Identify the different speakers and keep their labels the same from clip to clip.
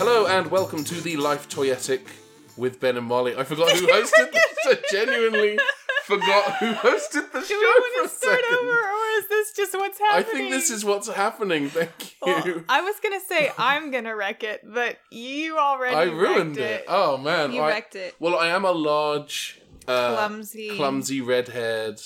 Speaker 1: Hello and welcome to the Life Toyetic with Ben and Molly. I forgot who hosted this. I genuinely forgot who hosted the show.
Speaker 2: Do we want
Speaker 1: for a
Speaker 2: to start
Speaker 1: second.
Speaker 2: over, or is this just what's
Speaker 1: I
Speaker 2: happening?
Speaker 1: think this is what's happening. Thank
Speaker 2: Well,
Speaker 1: you.
Speaker 2: I was gonna say I'm gonna wreck it, but you already.
Speaker 1: I ruined
Speaker 2: wrecked
Speaker 1: it. Oh man,
Speaker 2: You
Speaker 1: I-
Speaker 2: wrecked it.
Speaker 1: Well, I am a large, uh,
Speaker 2: clumsy,
Speaker 1: clumsy red-haired,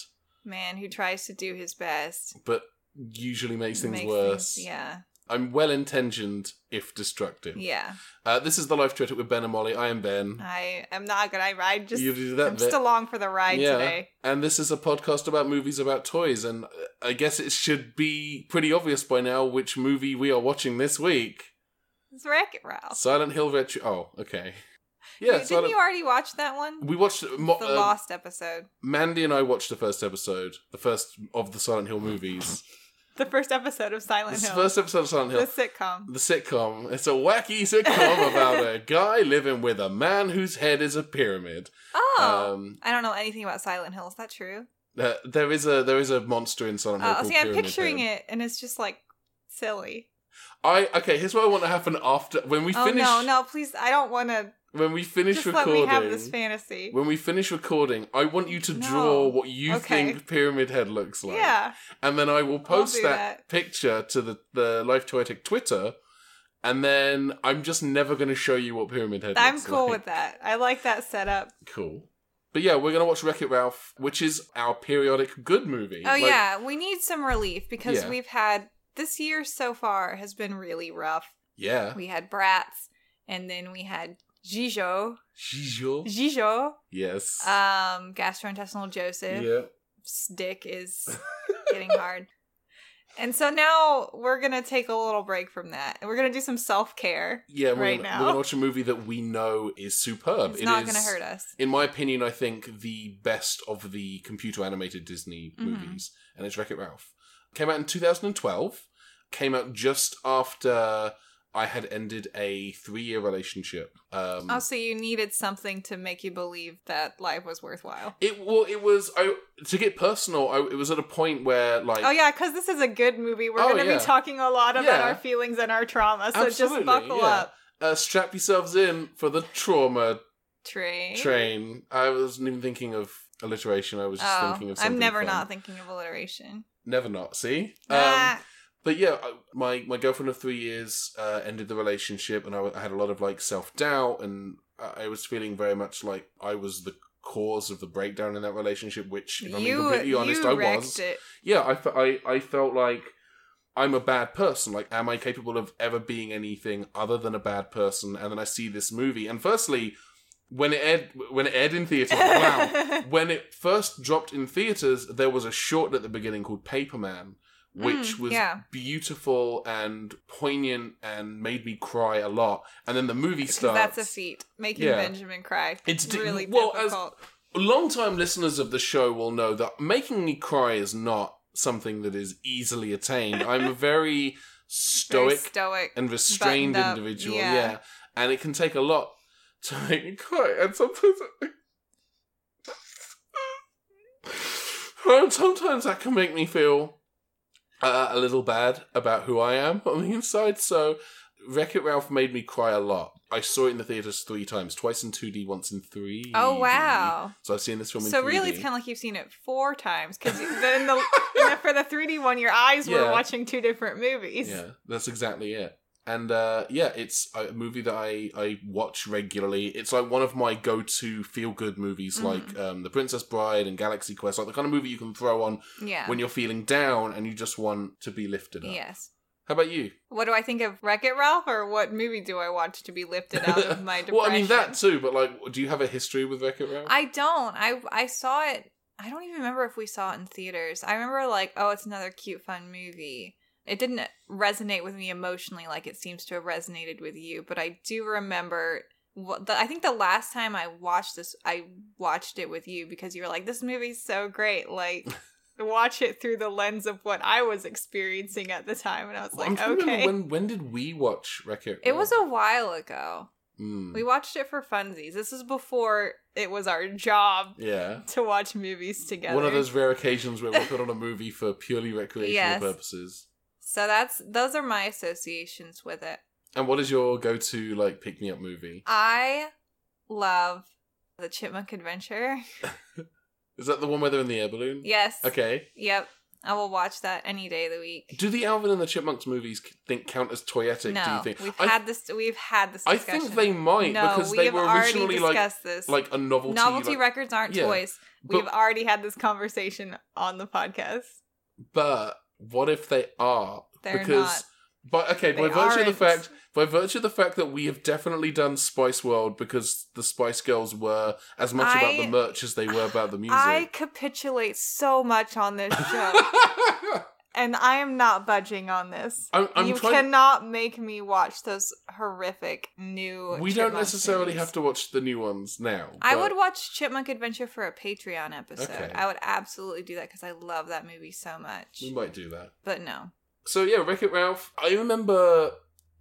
Speaker 2: man who tries to do his best.
Speaker 1: but usually makes things
Speaker 2: Makes
Speaker 1: worse.
Speaker 2: things- yeah,
Speaker 1: I'm well-intentioned if destructive.
Speaker 2: yeah.
Speaker 1: Uh, this is the Life Toyetic with Ben and Molly. I am Ben.
Speaker 2: I am not gonna. I ride just.
Speaker 1: you do that
Speaker 2: I'm
Speaker 1: bit.
Speaker 2: just along for the ride
Speaker 1: Yeah.
Speaker 2: today.
Speaker 1: and this is a podcast about movies about toys and uh, i guess it should be pretty obvious by now which movie we are watching this week
Speaker 2: It's Wreck It Ralph.
Speaker 1: silent hill virtue oh okay yeah
Speaker 2: Didn't
Speaker 1: Silent-
Speaker 2: you already watch that one?
Speaker 1: we watched mo-
Speaker 2: the
Speaker 1: uh,
Speaker 2: lost episode.
Speaker 1: mandy and i watched the first episode the first of the silent hill movies
Speaker 2: The first episode of Silent
Speaker 1: this
Speaker 2: Hill.
Speaker 1: first episode of silent hill
Speaker 2: the sitcom.
Speaker 1: the sitcom. It's a wacky sitcom about a guy living with a man whose head is a pyramid.
Speaker 2: Oh.
Speaker 1: Um,
Speaker 2: I don't know anything about Silent Hill. Is that true?
Speaker 1: uh, there is a there is a monster in Silent Hill.
Speaker 2: Uh,
Speaker 1: called
Speaker 2: see, I'm
Speaker 1: Pyramid
Speaker 2: picturing
Speaker 1: Head.
Speaker 2: it, and it's just like silly.
Speaker 1: I okay. Here's what I want to happen after when we
Speaker 2: Oh
Speaker 1: finish.
Speaker 2: no, no, please! I don't want to.
Speaker 1: When we finish
Speaker 2: Just let
Speaker 1: recording,
Speaker 2: me have this fantasy.
Speaker 1: when we finish recording, I want you to
Speaker 2: No.
Speaker 1: draw what you
Speaker 2: Okay.
Speaker 1: think Pyramid Head looks like.
Speaker 2: yeah,
Speaker 1: And then I will post
Speaker 2: do
Speaker 1: that,
Speaker 2: that.
Speaker 1: picture to the, the Life Toyetic Twitter, and then I'm just never going to show you what Pyramid Head
Speaker 2: I'm
Speaker 1: looks
Speaker 2: cool
Speaker 1: like.
Speaker 2: with that. I like that setup.
Speaker 1: Cool. But yeah, we're going to watch Wreck It Ralph, which is our periodic good movie.
Speaker 2: Oh
Speaker 1: Like,
Speaker 2: yeah, we need some relief because
Speaker 1: Yeah.
Speaker 2: we've had this year so far has been really rough.
Speaker 1: Yeah.
Speaker 2: We had Bratz, and then we had Gijo,
Speaker 1: Gijo.
Speaker 2: Gijo,
Speaker 1: Yes.
Speaker 2: um, gastrointestinal Joseph.
Speaker 1: yeah.
Speaker 2: Stick is getting hard. And so now we're gonna take a little break from that, and we're gonna do some self care.
Speaker 1: Yeah, we're
Speaker 2: right
Speaker 1: gonna,
Speaker 2: now.
Speaker 1: we're gonna watch a movie that we know is superb.
Speaker 2: It's
Speaker 1: It
Speaker 2: not
Speaker 1: is-
Speaker 2: gonna hurt us.
Speaker 1: in my opinion, I think the best of the computer animated Disney
Speaker 2: Mhm.
Speaker 1: movies, and it's Wreck It Ralph. Came out in 2012, came out just after I had ended a three year relationship. Um,
Speaker 2: Oh, so you needed something to make you believe that life was worthwhile.
Speaker 1: it well, it was I to get personal. I, it was at a point where like
Speaker 2: Oh yeah, because this is a good movie. We're
Speaker 1: Oh,
Speaker 2: going to
Speaker 1: yeah.
Speaker 2: be talking a lot about
Speaker 1: Yeah.
Speaker 2: our feelings and our trauma, so
Speaker 1: Absolutely,
Speaker 2: just buckle
Speaker 1: yeah.
Speaker 2: up,
Speaker 1: uh, strap yourselves in for the trauma
Speaker 2: Trey.
Speaker 1: train. I wasn't even thinking of alliteration. I was just
Speaker 2: Oh,
Speaker 1: thinking of something
Speaker 2: I'm never
Speaker 1: fun.
Speaker 2: not thinking of alliteration.
Speaker 1: never not see. Um,
Speaker 2: Ah,
Speaker 1: but yeah, I- my my girlfriend of three years uh, ended the relationship, and I, w- I had a lot of like self doubt, and I I was feeling very much like I was the cause of the breakdown in that relationship. Which, if I'm being
Speaker 2: you,
Speaker 1: completely honest,
Speaker 2: you
Speaker 1: I
Speaker 2: wrecked
Speaker 1: was.
Speaker 2: it.
Speaker 1: Yeah, I, fe- I I felt like I'm a bad person. Like, am I capable of ever being anything other than a bad person? And then I see this movie, and firstly, when it aired when it aired in theaters, wow, when it first dropped in theaters, there was a short at the beginning called Paperman, which
Speaker 2: Mm,
Speaker 1: was
Speaker 2: yeah.
Speaker 1: beautiful and poignant and made me cry a lot. And then the movie
Speaker 2: 'Cause
Speaker 1: starts.
Speaker 2: that's a feat. Making
Speaker 1: Yeah.
Speaker 2: Benjamin cry.
Speaker 1: It's di-
Speaker 2: really
Speaker 1: well, as-
Speaker 2: difficult.
Speaker 1: Long-time listeners of the show will know that making me cry is not something that is easily attained. I'm a very
Speaker 2: Very
Speaker 1: stoic
Speaker 2: stoic.
Speaker 1: and restrained
Speaker 2: buttoned up,
Speaker 1: individual. Yeah.
Speaker 2: yeah.
Speaker 1: and it can take a lot to make me cry, and sometimes. and sometimes that can make me feel uh, a little bad about who I am on the inside. So, Wreck It Ralph made me cry a lot. I saw it in the theaters three times, twice in 2D, once in 3
Speaker 2: Oh wow.
Speaker 1: So I've seen this film in
Speaker 2: So
Speaker 1: 3D.
Speaker 2: really, it's kind of like you've seen it four times because then the, in the for the 3D one, your eyes
Speaker 1: Yeah.
Speaker 2: were watching two different movies.
Speaker 1: Yeah, that's exactly it. And uh, yeah, it's a movie that I, I watch regularly. It's like one of my go to feel good movies,
Speaker 2: Mhm.
Speaker 1: like um, The Princess Bride and Galaxy Quest, like the kind of movie you can throw on
Speaker 2: Yeah.
Speaker 1: when you're feeling down and you just want to be lifted up.
Speaker 2: yes.
Speaker 1: How about you?
Speaker 2: What do I think of Wreck It Ralph, or what movie do I watch to be lifted out of my depression?
Speaker 1: Well, I mean that too, but like, do you have a history with Wreck It Ralph?
Speaker 2: I don't. I I saw it. I don't even remember if we saw it in theaters. I remember like, oh, it's another cute, fun movie. It didn't resonate with me emotionally like it seems to have resonated with you, but I do remember. wh- The, I think the last time I watched this, I watched it with you because you were like, "This movie's so great!" Like, watch it through the lens of what I was experiencing at the time, and I was
Speaker 1: Well,
Speaker 2: like,
Speaker 1: trying to remember
Speaker 2: okay.
Speaker 1: when when did we watch Wreck It?
Speaker 2: It was a while ago.
Speaker 1: Mm.
Speaker 2: We watched it for funsies. This is before it was our job
Speaker 1: yeah.
Speaker 2: to watch movies together.
Speaker 1: One of those rare occasions where we put on a movie for purely recreational
Speaker 2: Yes.
Speaker 1: purposes.
Speaker 2: So that's those are my associations with it.
Speaker 1: And what is your go-to like pick-me-up movie?
Speaker 2: I love the Chipmunk Adventure.
Speaker 1: Is that the one where they're in the air balloon?
Speaker 2: Yes.
Speaker 1: Okay.
Speaker 2: Yep. I will watch that any day of the week.
Speaker 1: Do the Alvin and the Chipmunks movies c- think count as toyetic? do
Speaker 2: no,
Speaker 1: you think?
Speaker 2: we've
Speaker 1: I,
Speaker 2: had this. We've had this.
Speaker 1: I
Speaker 2: Discussion.
Speaker 1: think they might
Speaker 2: no,
Speaker 1: because
Speaker 2: we
Speaker 1: they
Speaker 2: have
Speaker 1: were
Speaker 2: already
Speaker 1: originally like
Speaker 2: discussed this.
Speaker 1: like a novelty.
Speaker 2: novelty
Speaker 1: like-
Speaker 2: records aren't
Speaker 1: yeah.
Speaker 2: toys.
Speaker 1: but,
Speaker 2: We've already had this conversation on the podcast.
Speaker 1: but what if they are?
Speaker 2: They're
Speaker 1: because but okay, by
Speaker 2: They
Speaker 1: virtue of the
Speaker 2: aren't.
Speaker 1: fact by virtue of the fact that we have definitely done Spice World because the Spice Girls were as much about
Speaker 2: I-
Speaker 1: the merch as they were about the music.
Speaker 2: I capitulate so much on this show, and I am not budging on this.
Speaker 1: I'm, I'm
Speaker 2: you
Speaker 1: trying.
Speaker 2: cannot make me watch those horrific new.
Speaker 1: we don't
Speaker 2: Chipmunk
Speaker 1: necessarily
Speaker 2: movies.
Speaker 1: have to watch the new ones now.
Speaker 2: I
Speaker 1: but-
Speaker 2: would watch Chipmunk Adventure for a Patreon episode.
Speaker 1: Okay.
Speaker 2: I would absolutely do that because I love that movie so much.
Speaker 1: We might do that.
Speaker 2: But no,
Speaker 1: So yeah, Wreck It Ralph. I remember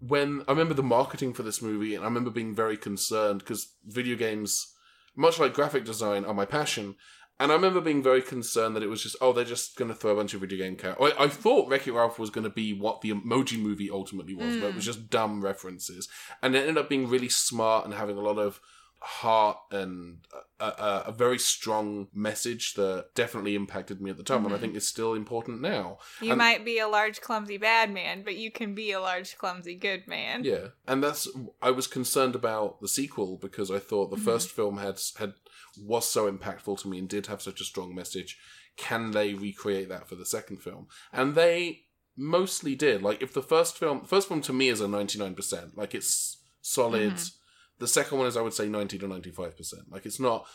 Speaker 1: when I remember the marketing for this movie, and I remember being very concerned because video games, much like graphic design, are my passion. And I remember being very concerned that it was just oh they're just going to throw a bunch of video game characters. I, I thought Wreck It Ralph was going to be what the Emoji Movie ultimately was, where it
Speaker 2: Mm.
Speaker 1: was just dumb references, and it ended up being really smart and having a lot of heart and a, a, a very strong message that definitely impacted me at the time, and I
Speaker 2: Mhm.
Speaker 1: think is still important now.
Speaker 2: you
Speaker 1: And-
Speaker 2: might be a large clumsy bad man, but you can be a large clumsy good man.
Speaker 1: Yeah, and that's I was concerned about the sequel because I thought the
Speaker 2: Mhm.
Speaker 1: first film had had was so impactful to me and did have such a strong message. Can they recreate that for the second film? And they mostly did. Like if the first film, first film to me is a ninety nine percent. Like it's solid.
Speaker 2: Mhm.
Speaker 1: The second one is I would say ninety to ninety five percent. Like it's not.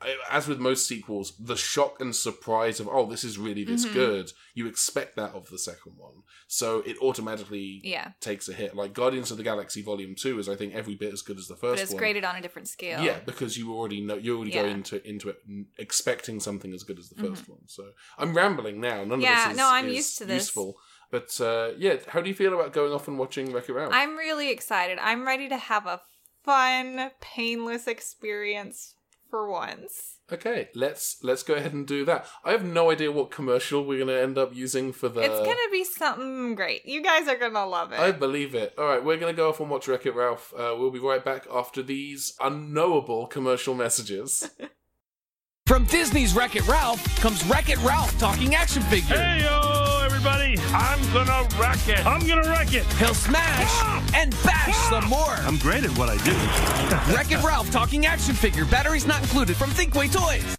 Speaker 1: I- As with most sequels, the shock and surprise of oh, this is really this
Speaker 2: Mhm.
Speaker 1: good. You expect that of the second one, so it automatically
Speaker 2: Yeah,
Speaker 1: takes a hit. Like Guardians of the Galaxy Volume Two is, I think, every bit as good as the first
Speaker 2: but it's
Speaker 1: one.
Speaker 2: graded on a different scale.
Speaker 1: Yeah, because you already know you already go
Speaker 2: Yeah. Mm-hmm.
Speaker 1: into into it n- expecting something as good as the 1st one. So I'm rambling now. None of
Speaker 2: Yeah,
Speaker 1: this is,
Speaker 2: no, I'm
Speaker 1: is
Speaker 2: used to this.
Speaker 1: useful. But uh, yeah, how do you feel about going off and watching Wreck It Ralph?
Speaker 2: I'm really excited. I'm ready to have a fun, painless experience for once.
Speaker 1: okay, let's let's go ahead and do that. I have no idea what commercial we're going to end up using for the.
Speaker 2: it's gonna be something great. You guys are gonna love it.
Speaker 1: I believe it. All right, we're going to go off and watch Wreck It Ralph. Uh, we'll be right back after these unknowable commercial messages.
Speaker 3: From Disney's Wreck It Ralph comes Wreck It Ralph talking action figure.
Speaker 4: Hey yo, everybody! I'm gonna wreck it. I'm gonna wreck it.
Speaker 3: He'll smash and bash some more.
Speaker 4: I'm great at what I do.
Speaker 3: Wreck It Ralph talking action figure. Batteries not included from Thinkway Toys.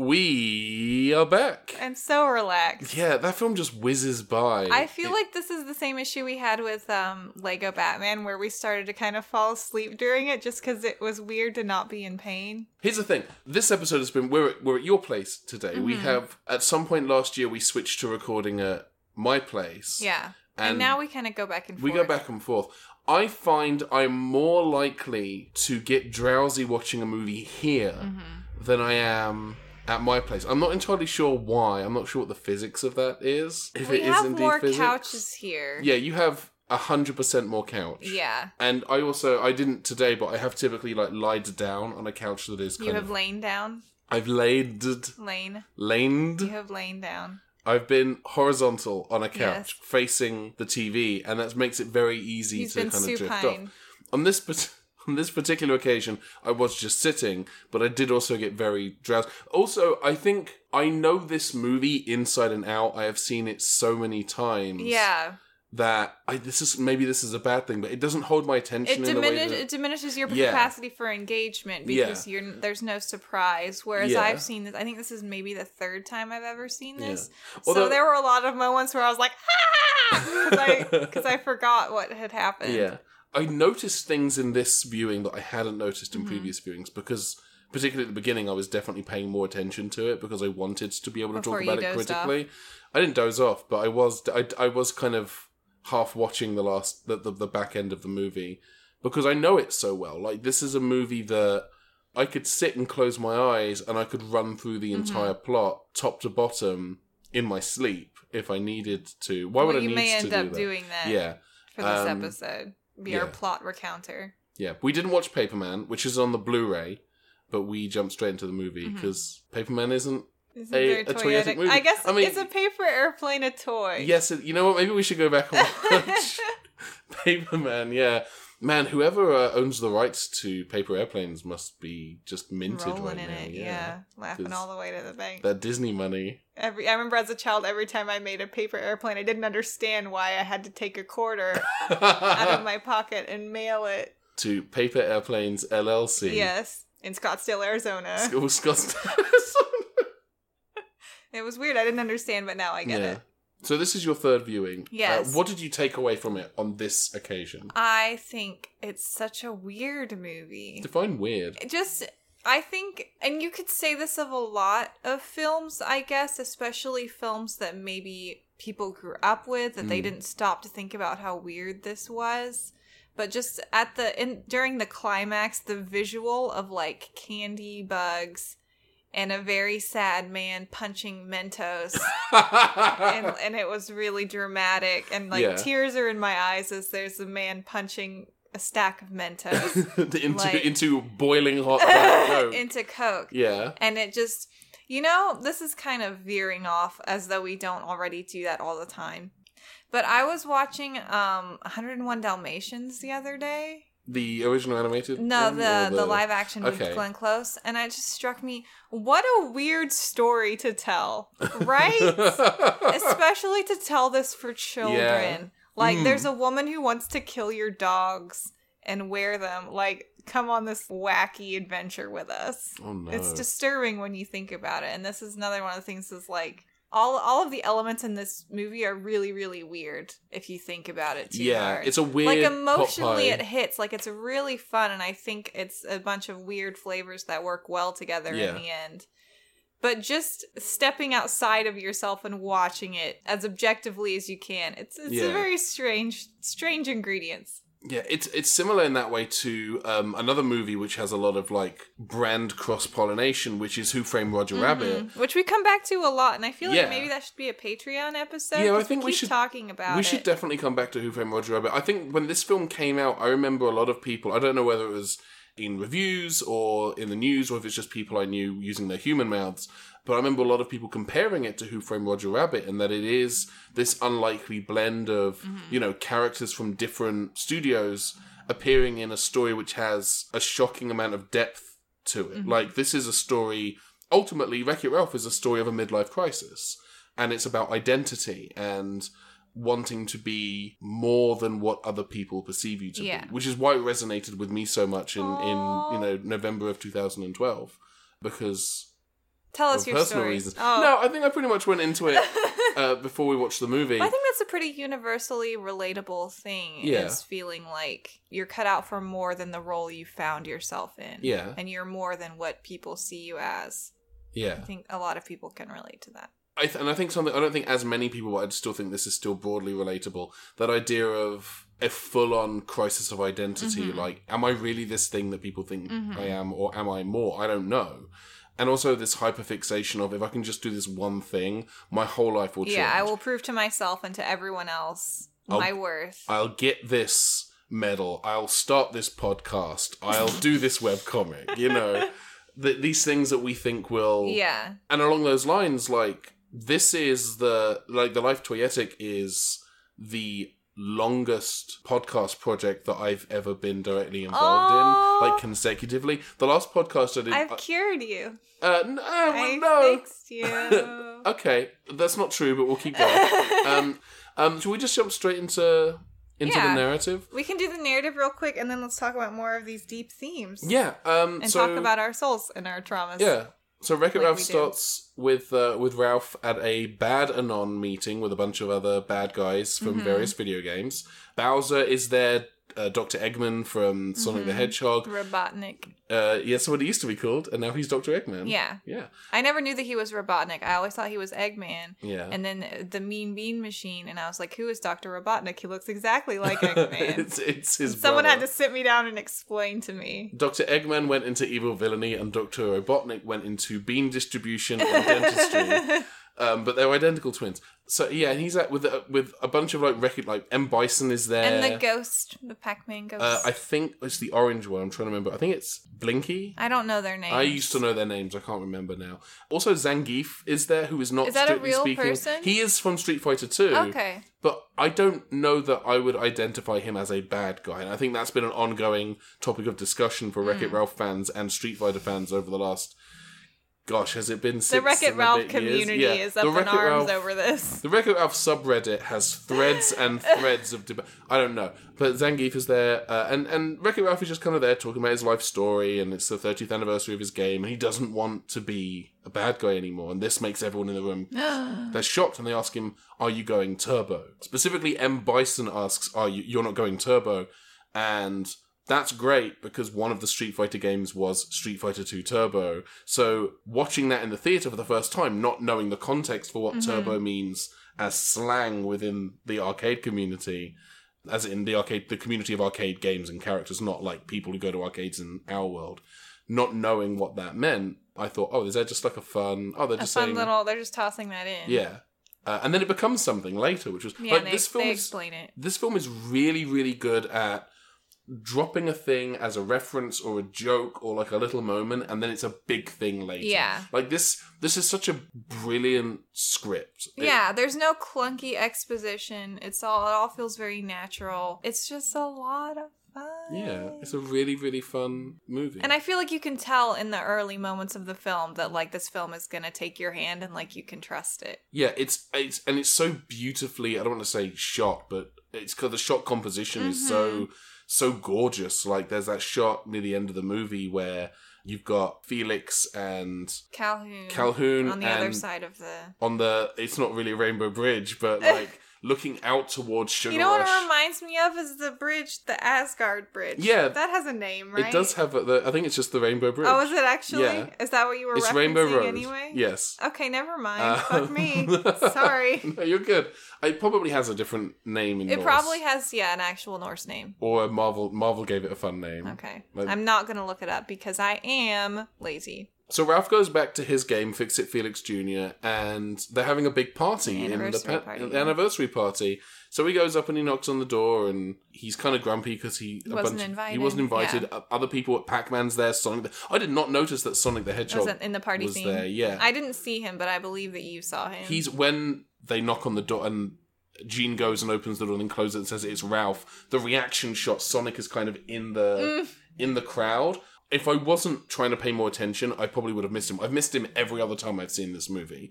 Speaker 1: We are back.
Speaker 2: I'm so relaxed.
Speaker 1: Yeah, that film just whizzes by.
Speaker 2: I feel
Speaker 1: It-
Speaker 2: like this is the same issue we had with um, Lego Batman, where we started to kind of fall asleep during it just because it was weird to not be in pain.
Speaker 1: Here's the thing. This episode has been we're at, we're at your place today. We
Speaker 2: Mm-hmm.
Speaker 1: have at some point last year we switched to recording at my place.
Speaker 2: Yeah. And,
Speaker 1: And
Speaker 2: now we kind of go back and
Speaker 1: We
Speaker 2: forth.
Speaker 1: go back and forth. I find I'm more likely to get drowsy watching a movie here
Speaker 2: Mm-hmm.
Speaker 1: than I am at my place. I'm not entirely sure why. I'm not sure what the physics of that is. If
Speaker 2: We
Speaker 1: it is
Speaker 2: have
Speaker 1: indeed
Speaker 2: more
Speaker 1: physics.
Speaker 2: couches here.
Speaker 1: Yeah, you have hundred percent more couch.
Speaker 2: Yeah.
Speaker 1: And I also I didn't today, but I have typically like lied down on a couch that is kind
Speaker 2: You
Speaker 1: of
Speaker 2: have lain down.
Speaker 1: I've laid
Speaker 2: Lane. You
Speaker 1: laned.
Speaker 2: have lain down.
Speaker 1: I've been horizontal on a couch
Speaker 2: Yes.
Speaker 1: facing the TV, and that makes it very easy
Speaker 2: He's
Speaker 1: to
Speaker 2: been
Speaker 1: kind of drift
Speaker 2: supine.
Speaker 1: off. On this pat- on this particular occasion, I was just sitting, but I did also get very drowsy. Also, I think I know this movie inside and out. I have seen it so many times.
Speaker 2: Yeah,
Speaker 1: That I this is maybe this is a bad thing, but it doesn't hold my attention
Speaker 2: it
Speaker 1: in the way
Speaker 2: diminishes
Speaker 1: that
Speaker 2: it diminishes your
Speaker 1: Yeah.
Speaker 2: capacity for engagement
Speaker 1: Yeah.
Speaker 2: because you're there's no surprise. Whereas
Speaker 1: Yeah.
Speaker 2: I've seen this, I think this is maybe the third time I've ever seen
Speaker 1: Yeah.
Speaker 2: this.
Speaker 1: Although-
Speaker 2: so there were a lot of moments where I was like, ah, because I, forgot what had happened.
Speaker 1: Yeah. I noticed things in this viewing that I hadn't noticed
Speaker 2: Mm-hmm.
Speaker 1: in previous viewings because particularly at the beginning I was definitely paying more attention to it because I wanted to be able to
Speaker 2: Before
Speaker 1: talk about
Speaker 2: you
Speaker 1: it
Speaker 2: dozed
Speaker 1: critically. I didn't doze off, but I was I, I was kind of half watching the last the, the the back end of the movie because I know it so well. Like this is a movie that
Speaker 2: Mm-hmm.
Speaker 1: I could sit and close my eyes and I could run through the entire plot top to bottom in my sleep if I needed to. Why would
Speaker 2: well,
Speaker 1: I
Speaker 2: you
Speaker 1: need
Speaker 2: may
Speaker 1: to
Speaker 2: end
Speaker 1: do
Speaker 2: up
Speaker 1: that?
Speaker 2: doing that
Speaker 1: Yeah,
Speaker 2: for this
Speaker 1: um,
Speaker 2: episode. Be our
Speaker 1: yeah.
Speaker 2: plot recounter.
Speaker 1: yeah. We didn't watch Paperman, which is on the Blu-ray, but we jumped straight into the movie
Speaker 2: Mm-hmm.
Speaker 1: because Paperman isn't.
Speaker 2: Isn't
Speaker 1: A-
Speaker 2: there
Speaker 1: a
Speaker 2: toy
Speaker 1: toyetic
Speaker 2: addict-
Speaker 1: movie.
Speaker 2: I guess
Speaker 1: I mean-
Speaker 2: is a paper airplane a toy?
Speaker 1: Yes, it- you know what? Maybe we should go back and watch Paperman. Yeah, man, whoever uh, owns the rights to paper airplanes must be just minted
Speaker 2: Rolling
Speaker 1: right
Speaker 2: in
Speaker 1: now.
Speaker 2: it, yeah.
Speaker 1: yeah.
Speaker 2: Laughing
Speaker 1: 'Cause
Speaker 2: all the way to the bank.
Speaker 1: that Disney money.
Speaker 2: Every I remember as a child, every time I made a paper airplane, I didn't understand why I had to take a quarter out of my pocket and mail it.
Speaker 1: to Paper Airplanes LLC.
Speaker 2: Yes, in Scottsdale, Arizona.
Speaker 1: School Scots.
Speaker 2: It was weird. I didn't understand, but now I get
Speaker 1: yeah.
Speaker 2: it.
Speaker 1: So this is your third viewing.
Speaker 2: Yes.
Speaker 1: Uh, what did you take away from it on this occasion?
Speaker 2: I think it's such a weird movie.
Speaker 1: Define weird.
Speaker 2: It just I think and you could say this of a lot of films, I guess, especially films that maybe people grew up with that they
Speaker 1: Mm.
Speaker 2: didn't stop to think about how weird this was. But just at the in during the climax, the visual of like candy bugs and a very sad man punching Mentos and, and it was really dramatic and like
Speaker 1: Yeah.
Speaker 2: tears are in my eyes as there's a man punching a stack of mentos
Speaker 1: into
Speaker 2: like-
Speaker 1: into boiling hot. no.
Speaker 2: into coke
Speaker 1: yeah.
Speaker 2: and it just you know this is kind of veering off as though we don't already do that all the time but i was watching um 101 dalmatians the other day
Speaker 1: The original animated.
Speaker 2: no
Speaker 1: one
Speaker 2: the
Speaker 1: or
Speaker 2: the live action
Speaker 1: Okay.
Speaker 2: with glenn close and it just struck me what a weird story to tell right especially to tell this for children. Like,
Speaker 1: Mm.
Speaker 2: there's a woman who wants to kill your dogs and wear them. Like, come on this wacky adventure with us.
Speaker 1: oh no.
Speaker 2: It's disturbing when you think about it. And this is another one of the things is like all all of the elements in this movie are really really weird if you think about it too
Speaker 1: yeah.
Speaker 2: hard.
Speaker 1: It's a weird.
Speaker 2: like emotionally
Speaker 1: pot
Speaker 2: it
Speaker 1: pie.
Speaker 2: hits like it's really fun and i think it's a bunch of weird flavors that work well together
Speaker 1: Yeah.
Speaker 2: in the end but just stepping outside of yourself and watching it as objectively as you can it's it's
Speaker 1: Yeah.
Speaker 2: a very strange strange ingredients
Speaker 1: Yeah, it's it's similar in that way to um, another movie which has a lot of like brand cross pollination, which is Who Framed Roger Rabbit.
Speaker 2: Mhm. which we come back to a lot and i feel
Speaker 1: Yeah.
Speaker 2: like maybe that should be a patreon episode
Speaker 1: Yeah, I
Speaker 2: 'cause
Speaker 1: think we
Speaker 2: keep
Speaker 1: should-
Speaker 2: talking about
Speaker 1: we
Speaker 2: it
Speaker 1: should definitely come back to Who Framed Roger Rabbit. I think when this film came out, I remember a lot of people. I don't know whether it was in reviews or in the news, or if it's just people I knew using their human mouths. But I remember a lot of people comparing it to Who Framed Roger Rabbit, and that it is this unlikely blend of
Speaker 2: Mm-hmm.
Speaker 1: you know characters from different studios appearing in a story which has a shocking amount of depth to it.
Speaker 2: Mm-hmm.
Speaker 1: Like this is a story. Ultimately, Wreck It Ralph is a story of a midlife crisis, and it's about identity and wanting to be more than what other people perceive you to
Speaker 2: Yeah.
Speaker 1: be, which is why it resonated with me so much in, in
Speaker 2: Aw.
Speaker 1: you know November of 2012 because
Speaker 2: tell us
Speaker 1: of
Speaker 2: your
Speaker 1: personal
Speaker 2: story
Speaker 1: reasons.
Speaker 2: oh
Speaker 1: No, I think I pretty much went into it uh, before we watched the movie.
Speaker 2: Well, I think that's a pretty universally relatable thing.
Speaker 1: Yeah.
Speaker 2: Is feeling like you're cut out for more than the role you found yourself in.
Speaker 1: Yeah.
Speaker 2: And you're more than what people see you as.
Speaker 1: yeah,
Speaker 2: I think a lot of people can relate to that.
Speaker 1: I th- and I think something I don't think as many people, but I still think this is still broadly relatable. That idea of a full-on crisis of identity,
Speaker 2: Mhm.
Speaker 1: like, am I really this thing that people think
Speaker 2: Mhm.
Speaker 1: I am, or am I more? I don't know. And also this hyperfixation of if I can just do this one thing, my whole life will change.
Speaker 2: yeah, I will prove to myself and to everyone else
Speaker 1: I'll-
Speaker 2: my worth.
Speaker 1: I'll get this medal. I'll start this podcast. I'll do this webcomic. You know, Th these things that we think will
Speaker 2: yeah.
Speaker 1: and along those lines, like this is the like the Life Toyetic is the longest podcast project that I've ever been directly involved
Speaker 2: Aw.
Speaker 1: in, like consecutively. The last podcast I did,
Speaker 2: I've cured you.
Speaker 1: uh, no, well,
Speaker 2: I
Speaker 1: no,
Speaker 2: fixed you.
Speaker 1: okay, that's not true, but we'll keep going. um, um, should we just jump straight into into
Speaker 2: Yeah.
Speaker 1: the narrative?
Speaker 2: we can do the narrative real quick and then let's talk about more of these deep themes.
Speaker 1: Yeah, um,
Speaker 2: And
Speaker 1: so,
Speaker 2: talk about our souls and our traumas.
Speaker 1: Yeah. So Wreck It
Speaker 2: Like
Speaker 1: Ralph
Speaker 2: we do.
Speaker 1: starts with uh, with Ralph at a bad anon meeting with a bunch of other bad guys from
Speaker 2: Mhm.
Speaker 1: various video games. Bowser is there. Uh, Dr. Eggman from Sonic the
Speaker 2: Mhm.
Speaker 1: Hedgehog.
Speaker 2: Robotnik.
Speaker 1: Uh, yeah, that's what he used to be called, and now he's Dr. Eggman.
Speaker 2: Yeah.
Speaker 1: Yeah.
Speaker 2: I never knew that he was Robotnik. I always thought he was Eggman.
Speaker 1: Yeah.
Speaker 2: And then the Mean Bean Machine, and I was like, who is Dr. Robotnik? He looks exactly like Eggman.
Speaker 1: it's, it's his
Speaker 2: Someone
Speaker 1: brother.
Speaker 2: had to sit me down and explain to me.
Speaker 1: Dr. Eggman went into evil villainy, and Dr. Robotnik went into bean distribution and dentistry. Um, but they're identical twins. So yeah, and he's at with a, with a bunch of like record like M Bison is there.
Speaker 2: And the ghost, the Pac-Man ghost.
Speaker 1: uh, I think it's the orange one. I'm trying to remember. I think it's Blinky.
Speaker 2: I don't know their names.
Speaker 1: I used to know their names. I can't remember now. Also, Zangief is there, who is not.
Speaker 2: Is that a
Speaker 1: strictly
Speaker 2: real
Speaker 1: speaking.
Speaker 2: person?
Speaker 1: He is from Street Fighter Two.
Speaker 2: Okay.
Speaker 1: but I don't know that I would identify him as a bad guy. And I think that's been an ongoing topic of discussion for
Speaker 2: Mm.
Speaker 1: Wreck It Ralph fans and Street Fighter fans over the last. Gosh, has it been six?
Speaker 2: The Wreck It
Speaker 1: and a
Speaker 2: Ralph
Speaker 1: bit years?
Speaker 2: community
Speaker 1: Yeah,
Speaker 2: is up
Speaker 1: the
Speaker 2: in
Speaker 1: Wreck-It
Speaker 2: arms
Speaker 1: Ralph-
Speaker 2: over this.
Speaker 1: the Record Ralph subreddit has threads and threads of debate. I don't know, but Zangief is there, uh, and and Record Ralph is just kind of there talking about his life story, and it's the 30th anniversary of his game, and he doesn't want to be a bad guy anymore, and this makes everyone in the room they're shocked, and they ask him, "Are you going turbo?" Specifically, M Bison asks, "Are you? You're not going turbo," and that's great because one of the Street Fighter games was Street Fighter 2 Turbo. So watching that in the theater for the first time, not knowing the context for what
Speaker 2: Mm-hmm.
Speaker 1: turbo means as slang within the arcade community, as in the arcade the community of arcade games and characters, not like people who go to arcades in our world, not knowing what that meant, I thought, oh, is that just like a fun oh they're
Speaker 2: A
Speaker 1: just
Speaker 2: fun
Speaker 1: saying
Speaker 2: little. They're just tossing that in.
Speaker 1: Yeah. Uh, and then it becomes something later, which was
Speaker 2: Yeah.
Speaker 1: like
Speaker 2: they,
Speaker 1: this film
Speaker 2: they
Speaker 1: is
Speaker 2: explain it.
Speaker 1: this film is really really good at dropping a thing as a reference or a joke or like a little moment and then it's a big thing later
Speaker 2: Yeah.
Speaker 1: like this this is such a brilliant script It-
Speaker 2: yeah, there's no clunky exposition. It's all. It all feels very natural. It's just a lot of fun.
Speaker 1: yeah it's a really really fun movie
Speaker 2: And I feel like you can tell in the early moments of the film that like this film is gonna take your hand and like you can trust it.
Speaker 1: yeah it's it's and it's so beautifully i don't want to say shot but it's because the shot composition is so
Speaker 2: Mm-hmm.
Speaker 1: so gorgeous like there's that shot near the end of the movie where you've got felix and
Speaker 2: Calhoun.
Speaker 1: calhoun
Speaker 2: on the other
Speaker 1: and
Speaker 2: side of the.
Speaker 1: on the it's not really Rainbow Bridge, but like looking out towards Sugar
Speaker 2: You know what
Speaker 1: Rush.
Speaker 2: it reminds me of is the bridge, the Asgard bridge.
Speaker 1: Yeah.
Speaker 2: that has a name, right?
Speaker 1: It does have a, the, I think it's just the Rainbow Bridge.
Speaker 2: Oh, is it actually?
Speaker 1: Yeah.
Speaker 2: Is that what you were
Speaker 1: it's
Speaker 2: referencing
Speaker 1: Rainbow Road.
Speaker 2: anyway?
Speaker 1: Yes.
Speaker 2: Okay, never mind.
Speaker 1: Uh,
Speaker 2: Fuck me. Sorry.
Speaker 1: No, you're good. It probably has a different name in
Speaker 2: It
Speaker 1: Norse.
Speaker 2: probably has yeah an actual Norse name.
Speaker 1: or Marvel Marvel gave it a fun name.
Speaker 2: Okay,
Speaker 1: Like-
Speaker 2: I'm not gonna look it up because I am lazy.
Speaker 1: So Ralph goes back to his game, Fix It Felix Jr., and they're having a big party in the
Speaker 2: Anniversary
Speaker 1: pa-
Speaker 2: party,
Speaker 1: the
Speaker 2: yeah.
Speaker 1: anniversary party. So he goes up and he knocks on the door, and he's kind of grumpy because he a
Speaker 2: wasn't
Speaker 1: bunch- He
Speaker 2: invited,
Speaker 1: wasn't invited. O- Other people at Pac Man's there. Sonic. The- I did not notice that Sonic the Hedgehog
Speaker 2: Wasn't in the party
Speaker 1: Oh, was
Speaker 2: scene.
Speaker 1: there. Yeah,
Speaker 2: I didn't see him, but I believe that you saw him.
Speaker 1: he's when they knock on the door and. Gene goes and opens the door and then closes it and says it's Ralph. The reaction shot, Sonic is kind of in the in the crowd. If I wasn't trying to pay more attention, I probably would have missed him. I've missed him every other time I've seen this movie.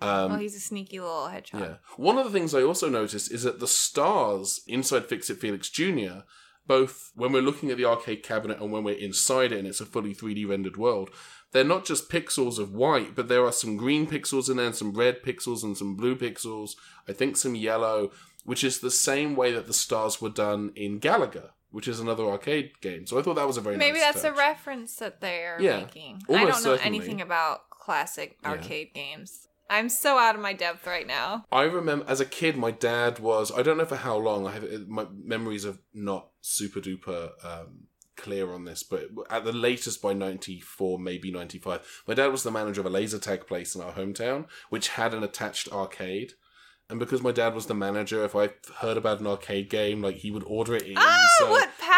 Speaker 2: well, Oh, he's a sneaky little hedgehog.
Speaker 1: um, Yeah. One of the things I also noticed is that the stars inside Fix It Felix Jr., both when we're looking at the arcade cabinet and when we're inside it and it's a fully 3D rendered world, they're not just pixels of white, but there are some green pixels in there and some red pixels and some blue pixels, I think some yellow, which is the same way that the stars were done in Galaga, which is another arcade game. So I thought that was a very
Speaker 2: Maybe
Speaker 1: nice
Speaker 2: that's a
Speaker 1: touch.
Speaker 2: reference that they're
Speaker 1: Yeah,
Speaker 2: making. I
Speaker 1: almost
Speaker 2: don't know
Speaker 1: certainly.
Speaker 2: anything about classic arcade games. I'm so out of my depth right now.
Speaker 1: I remember as a kid, my dad was. I don't know for how long. I have my memories are not super duper um, clear on this, but at the latest by '94, maybe '95, my dad was the manager of a laser tag place in our hometown, which had an attached arcade. And because my dad was the manager, if I heard about an arcade game, like he would order it in.
Speaker 2: Oh,
Speaker 1: so-
Speaker 2: what power!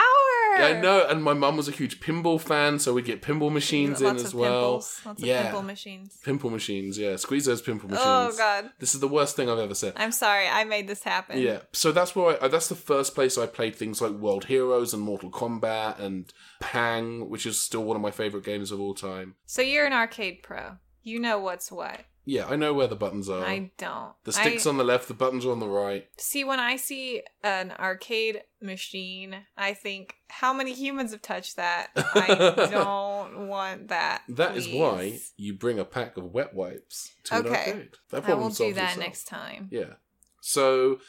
Speaker 1: Yeah, I know. And my mum was a huge pinball fan, so we'd get pinball machines
Speaker 2: Lots
Speaker 1: in
Speaker 2: of
Speaker 1: as well.
Speaker 2: pimples. Lots
Speaker 1: yeah,
Speaker 2: of pimple machines.
Speaker 1: pinball machines. Yeah, squeeze those pinball machines.
Speaker 2: Oh god.
Speaker 1: This is the worst thing I've ever said.
Speaker 2: I'm sorry, I made this happen.
Speaker 1: Yeah, so that's why I, that's the first place I played things like World Heroes and Mortal Kombat and Pang, which is still one of my favorite games of all time.
Speaker 2: So you're an arcade pro. You know what's what.
Speaker 1: Yeah, I know where the buttons are.
Speaker 2: I don't.
Speaker 1: the sticks
Speaker 2: I,
Speaker 1: on the left, the buttons are on the right.
Speaker 2: see when I see an arcade machine, I think how many humans have touched that? I don't want that.
Speaker 1: That is why
Speaker 2: please.
Speaker 1: you bring a pack of wet wipes to an
Speaker 2: Okay.
Speaker 1: arcade. That
Speaker 2: I
Speaker 1: problem
Speaker 2: will do
Speaker 1: solves
Speaker 2: that
Speaker 1: itself.
Speaker 2: next time.
Speaker 1: Yeah. So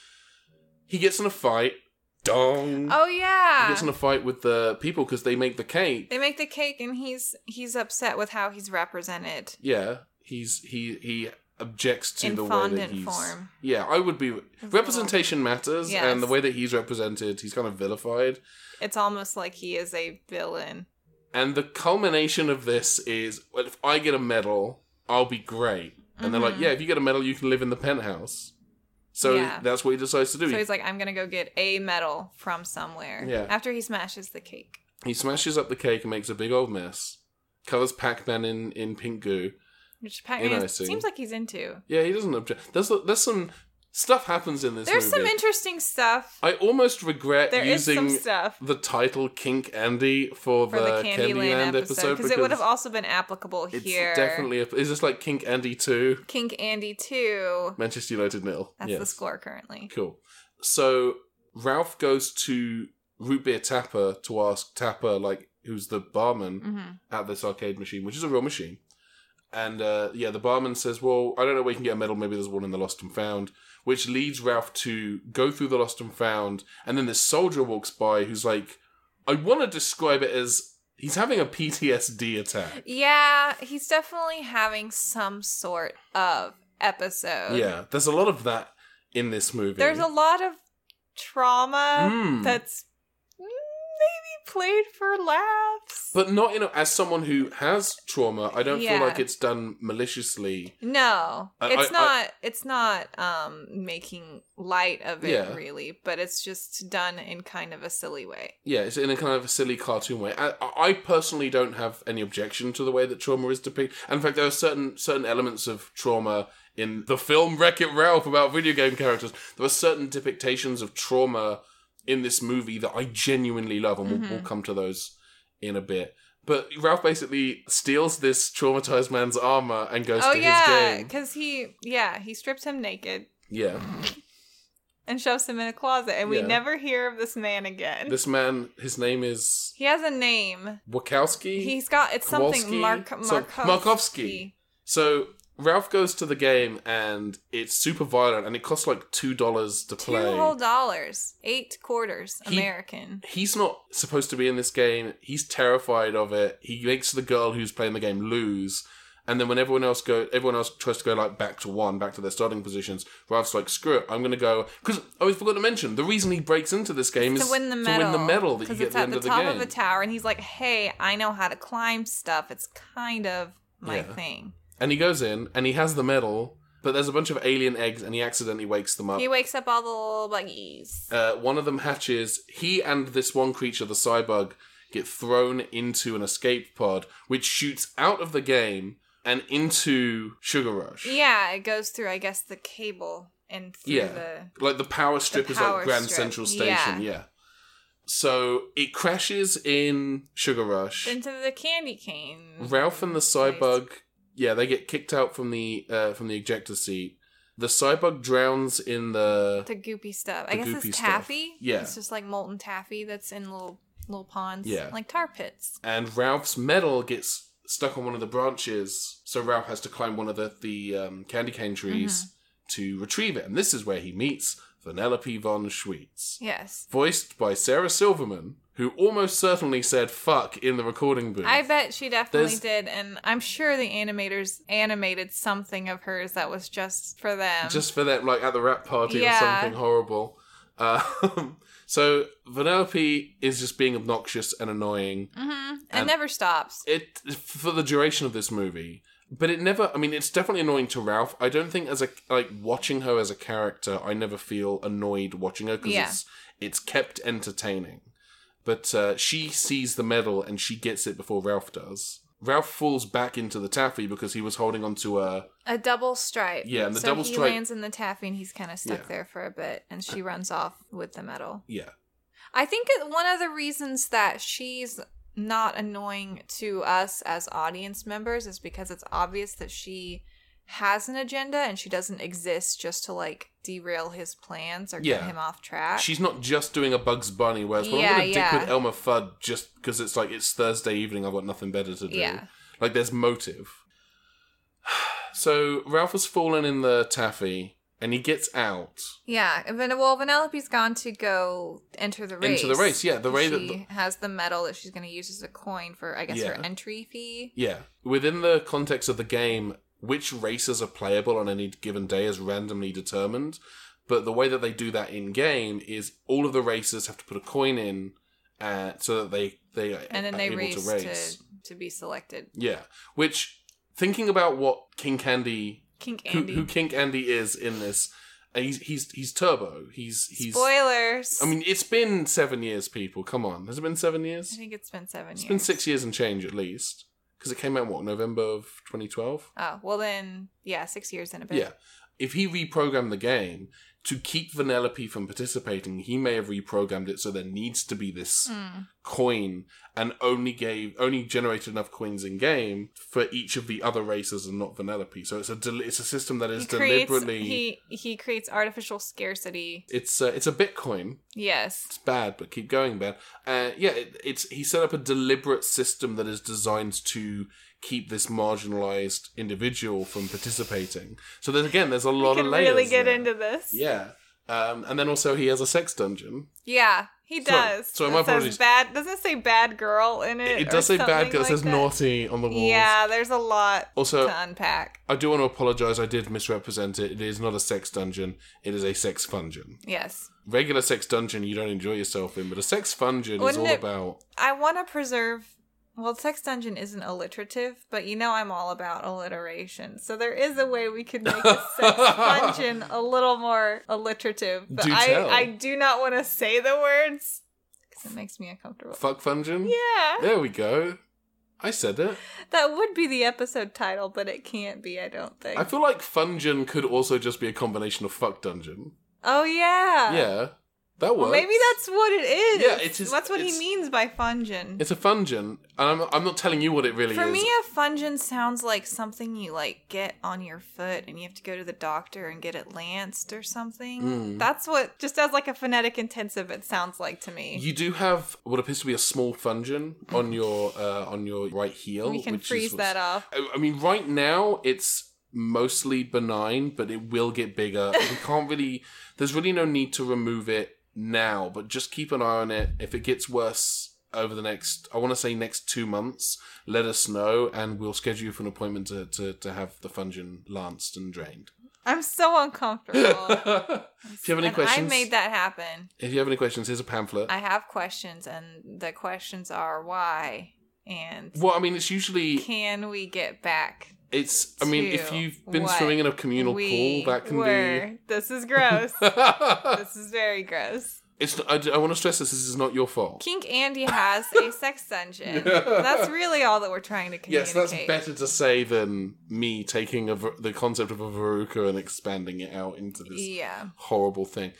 Speaker 1: he gets in a fight. Dong.
Speaker 2: Oh
Speaker 1: He
Speaker 2: yeah.
Speaker 1: gets in a fight with the people because they make the cake.
Speaker 2: they make the cake and he's he's upset with how he's represented.
Speaker 1: Yeah, he's he he objects to
Speaker 2: In
Speaker 1: the way that
Speaker 2: fondant
Speaker 1: he's.
Speaker 2: form.
Speaker 1: Yeah, I would be. Representation matters,
Speaker 2: Yes.
Speaker 1: and the way that he's represented, he's kind of vilified.
Speaker 2: It's almost like he is a villain.
Speaker 1: And the culmination of this is, well, if I get a medal, I'll be great. And they're like, yeah, if you get a medal, you can live in the penthouse. So
Speaker 2: Mm-hmm. Yeah.
Speaker 1: that's what he decides to do.
Speaker 2: So
Speaker 1: He-
Speaker 2: he's like, I'm gonna go get a medal from somewhere.
Speaker 1: Yeah.
Speaker 2: After he smashes the cake.
Speaker 1: he smashes up the cake and makes a big old mess. Colors Pac-Man in, in pink goo.
Speaker 2: Which Pac-Man
Speaker 1: Interesting.
Speaker 2: seems like he's into.
Speaker 1: Yeah, he doesn't object. There's there's some stuff happens in this.
Speaker 2: There's
Speaker 1: movie.
Speaker 2: some interesting stuff.
Speaker 1: I almost regret
Speaker 2: There is
Speaker 1: using
Speaker 2: some stuff.
Speaker 1: the title "Kink Andy" for,
Speaker 2: for the Candy Candyland episode because it would have also been applicable
Speaker 1: it's
Speaker 2: here.
Speaker 1: definitely a, is this like Kink Andy two
Speaker 2: Kink Andy too.
Speaker 1: Manchester United nil.
Speaker 2: That's
Speaker 1: yes.
Speaker 2: the score currently.
Speaker 1: Cool. So Ralph goes to Root Beer Tapper to ask Tapper like who's the barman
Speaker 2: Mhm.
Speaker 1: at this arcade machine, which is a real machine. And uh, yeah, the barman says, "Well, I don't know where you can get a medal. Maybe there's one in the Lost and Found," which leads Ralph to go through the Lost and Found, and then this soldier walks by who's like, "I want to describe it as he's having a PTSD attack."
Speaker 2: Yeah, he's definitely having some sort of episode.
Speaker 1: Yeah, there's a lot of that in this movie.
Speaker 2: Uh, There's a lot of trauma
Speaker 1: Mm.
Speaker 2: that's maybe played for laughs.
Speaker 1: but not in a, as someone who has trauma. I don't
Speaker 2: Yeah.
Speaker 1: feel like it's done maliciously.
Speaker 2: no,
Speaker 1: I-
Speaker 2: it's
Speaker 1: I-
Speaker 2: not.
Speaker 1: I-
Speaker 2: it's not um making light of it
Speaker 1: Yeah.
Speaker 2: really, but it's just done in kind of a silly way.
Speaker 1: Yeah, it's in a kind of a silly cartoon way. I, I personally don't have any objection to the way that trauma is depicted. And in fact, there are certain certain elements of trauma in the film Wreck It Ralph about video game characters. There are certain depictions of trauma in this movie that I genuinely love, and we'll,
Speaker 2: Mm-hmm.
Speaker 1: we'll come to those in a bit. But Ralph basically steals this traumatized man's armor and goes
Speaker 2: oh
Speaker 1: to
Speaker 2: yeah,
Speaker 1: his game.
Speaker 2: because he yeah he strips him naked
Speaker 1: Yeah.
Speaker 2: and shoves him in a closet, and we
Speaker 1: Yeah.
Speaker 2: never hear of this man again.
Speaker 1: This man, his name is
Speaker 2: he has a name.
Speaker 1: Wachowski.
Speaker 2: He's got it's
Speaker 1: Kowalski?
Speaker 2: something Mark
Speaker 1: Some-
Speaker 2: Markovsky.
Speaker 1: Markovsky. So Ralph goes to the game and it's super violent and it costs like two dollars to
Speaker 2: Two
Speaker 1: play.
Speaker 2: whole dollars, eight quarters,
Speaker 1: He-
Speaker 2: American.
Speaker 1: He's not supposed to be in this game. He's terrified of it. He makes the girl who's playing the game lose. And then when everyone else go, everyone else tries to go like back to one, back to their starting positions. Ralph's like, "Screw it, I'm gonna go." Because I always forgot to mention the reason he breaks into this game is
Speaker 2: to win the
Speaker 1: to win
Speaker 2: medal.
Speaker 1: the medal that you
Speaker 2: because
Speaker 1: get at
Speaker 2: it's
Speaker 1: the
Speaker 2: at
Speaker 1: end
Speaker 2: the,
Speaker 1: of the
Speaker 2: top
Speaker 1: game.
Speaker 2: of a tower, and he's like, "Hey, I know how to climb stuff. It's kind of my
Speaker 1: Yeah.
Speaker 2: thing."
Speaker 1: and he goes in and he has the medal, but there's a bunch of alien eggs and he accidentally wakes them up.
Speaker 2: He wakes up all the little buggies.
Speaker 1: Uh, one of them hatches. He and this one creature, the Cybug, get thrown into an escape pod, which shoots out of the game and into Sugar Rush.
Speaker 2: yeah, it goes through, I guess, the cable and through
Speaker 1: Yeah.
Speaker 2: the
Speaker 1: Like the power strip is
Speaker 2: power
Speaker 1: like Grand
Speaker 2: strip,
Speaker 1: Central Station.
Speaker 2: yeah.
Speaker 1: Yeah. So it crashes in Sugar Rush.
Speaker 2: into the candy cane.
Speaker 1: Ralph and the
Speaker 2: place.
Speaker 1: Cybug, yeah, they get kicked out from the uh, from the ejector seat. The Cybug drowns in the
Speaker 2: the goopy stuff.
Speaker 1: The
Speaker 2: I guess
Speaker 1: goopy
Speaker 2: it's
Speaker 1: stuff.
Speaker 2: taffy.
Speaker 1: Yeah.
Speaker 2: it's just like molten taffy that's in little little ponds.
Speaker 1: Yeah.
Speaker 2: like tar pits.
Speaker 1: and Ralph's medal gets stuck on one of the branches, so Ralph has to climb one of the, the um, candy cane trees to retrieve it. And this is where he meets Vanellope von Schweetz,
Speaker 2: Yes,
Speaker 1: voiced by Sarah Silverman, who almost certainly said fuck in the recording booth.
Speaker 2: I bet she definitely
Speaker 1: There's-
Speaker 2: did, and I'm sure the animators animated something of hers that was just for them.
Speaker 1: Just for that, like at the rap party
Speaker 2: Yeah.
Speaker 1: or something horrible. Um, so Vanellope is just being obnoxious and annoying.
Speaker 2: hmm It
Speaker 1: And-
Speaker 2: never stops.
Speaker 1: it for the duration of this movie but it never i mean it's definitely annoying to ralph i don't think as a like watching her as a character i never feel annoyed watching her because
Speaker 2: Yeah.
Speaker 1: it's it's kept entertaining but uh, she sees the medal and she gets it before ralph does ralph falls back into the taffy because he was holding onto a
Speaker 2: A double stripe.
Speaker 1: Yeah, and the
Speaker 2: so
Speaker 1: double
Speaker 2: he
Speaker 1: stripe-
Speaker 2: lands in the taffy, and he's kind of stuck
Speaker 1: Yeah.
Speaker 2: there for a bit, and she runs off with the medal.
Speaker 1: yeah
Speaker 2: I think it- one of the reasons that she's not annoying to us as audience members is because it's obvious that she has an agenda and she doesn't exist just to like derail his plans or get
Speaker 1: Yeah.
Speaker 2: him off track.
Speaker 1: she's not just doing a bugs bunny whereas well, i'm
Speaker 2: Yeah,
Speaker 1: gonna
Speaker 2: yeah.
Speaker 1: dick with elmer fudd just because it's like it's thursday evening i've got nothing better to do
Speaker 2: Yeah.
Speaker 1: Like there's motive. So Ralph has fallen in the taffy and he gets out.
Speaker 2: yeah, and Van- well, Vanellope's gone to go enter the race.
Speaker 1: Into the race, yeah, the way that
Speaker 2: she has the medal that she's going to use as a coin for, I guess,
Speaker 1: Yeah.
Speaker 2: her entry fee.
Speaker 1: Yeah. Within the context of the game, which races are playable on any given day is randomly determined. But the way that they do that in game is all of the racers have to put a coin in uh, so that they, they are
Speaker 2: And then they
Speaker 1: able
Speaker 2: race
Speaker 1: to race.
Speaker 2: to, to be selected.
Speaker 1: Yeah. Which, thinking about what King Candy
Speaker 2: Kink
Speaker 1: who,
Speaker 2: Andy.
Speaker 1: who Kink Andy is in this. And he's he's he's turbo. He's he's.
Speaker 2: Spoilers.
Speaker 1: I mean, it's been seven years, people. Come on, has it been seven
Speaker 2: I
Speaker 1: years?
Speaker 2: think it's been seven
Speaker 1: It's
Speaker 2: years.
Speaker 1: been six years and change at least, because it came out what November of 2012.
Speaker 2: Oh, well then, yeah, six years in a bit.
Speaker 1: Yeah. If he reprogrammed the game to keep Vanellope from participating, he may have reprogrammed it so there needs to be this
Speaker 2: Mm.
Speaker 1: coin and only gave only generated enough coins in game for each of the other races and not Vanellope. So it's a del- it's a system that is
Speaker 2: He creates
Speaker 1: deliberately
Speaker 2: he he creates artificial scarcity.
Speaker 1: it's uh, it's a Bitcoin.
Speaker 2: Yes.
Speaker 1: It's bad, but keep going, Ben. Uh, yeah, it, it's he set up a deliberate system that is designed to keep this marginalized individual from participating. So there's again, there's a lot
Speaker 2: we can
Speaker 1: of layers.
Speaker 2: really get
Speaker 1: there.
Speaker 2: into this.
Speaker 1: Yeah. Um, and then also he has a sex dungeon.
Speaker 2: Yeah, he
Speaker 1: So-
Speaker 2: does.
Speaker 1: so
Speaker 2: it
Speaker 1: my
Speaker 2: says
Speaker 1: apologies.
Speaker 2: bad. Doesn't it say bad girl in it?
Speaker 1: It,
Speaker 2: or
Speaker 1: does say bad
Speaker 2: something
Speaker 1: girl.
Speaker 2: like
Speaker 1: it says
Speaker 2: that?
Speaker 1: naughty on the walls.
Speaker 2: Yeah, there's a lot
Speaker 1: Also,
Speaker 2: to unpack.
Speaker 1: I do want to apologize. I did misrepresent it. It is not a sex dungeon. It is a sex fungeon.
Speaker 2: Yes.
Speaker 1: Regular sex dungeon you don't enjoy yourself in, but a sex fungeon is
Speaker 2: Wouldn't
Speaker 1: all
Speaker 2: it-
Speaker 1: about.
Speaker 2: I want to preserve. Well, Sex Dungeon isn't alliterative, but you know I'm all about alliteration. So there is a way we could make a Sex Dungeon a little more alliterative. But
Speaker 1: Do
Speaker 2: I,
Speaker 1: tell.
Speaker 2: I do not want to say the words because it makes me uncomfortable.
Speaker 1: Fuck fungeon?
Speaker 2: yeah.
Speaker 1: There we go. I said it.
Speaker 2: That would be the episode title, but it can't be, I don't think.
Speaker 1: I feel like fungeon could also just be a combination of fuck dungeon.
Speaker 2: oh, yeah.
Speaker 1: yeah. That works.
Speaker 2: Well, maybe that's what it is.
Speaker 1: Yeah, it's just-
Speaker 2: that's what he
Speaker 1: it's-
Speaker 2: means by fungin.
Speaker 1: It's a fungeon, and I'm, I'm not telling you what it really
Speaker 2: For
Speaker 1: is.
Speaker 2: me, a fungin sounds like something you like get on your foot and you have to go to the doctor and get it lanced or something.
Speaker 1: Mm.
Speaker 2: That's what just as like a phonetic intensive it sounds like to me.
Speaker 1: You do have what appears to be a small fungeon on your uh, on your right heel.
Speaker 2: we can
Speaker 1: which is
Speaker 2: freeze
Speaker 1: what's-
Speaker 2: that off.
Speaker 1: I, I mean, right now it's mostly benign, but it will get bigger. we can't really. There's really no need to remove it now, but just keep an eye on it. If it gets worse over the next, I want to say next two months, let us know, and we'll schedule you for an appointment to to, to have the fungeon lanced and drained.
Speaker 2: I'm so uncomfortable.
Speaker 1: if you have any
Speaker 2: And
Speaker 1: questions,
Speaker 2: I made that happen.
Speaker 1: if you have any questions, here's a pamphlet.
Speaker 2: I have questions, and the questions are why and
Speaker 1: well, I mean, it's usually
Speaker 2: can we get back?
Speaker 1: It's. I mean, if
Speaker 2: to
Speaker 1: you've been
Speaker 2: what
Speaker 1: swimming in a communal
Speaker 2: we
Speaker 1: pool, that can
Speaker 2: were. This is gross.
Speaker 1: be.
Speaker 2: this is very gross.
Speaker 1: it's. I, want to stress this. This is not your fault.
Speaker 2: Kink Andy has a sex dungeon. That's really all that we're trying to communicate.
Speaker 1: Yes, that's better to say than me taking a, ver- the concept of a veruca and expanding it out into this
Speaker 2: Yeah.
Speaker 1: horrible thing.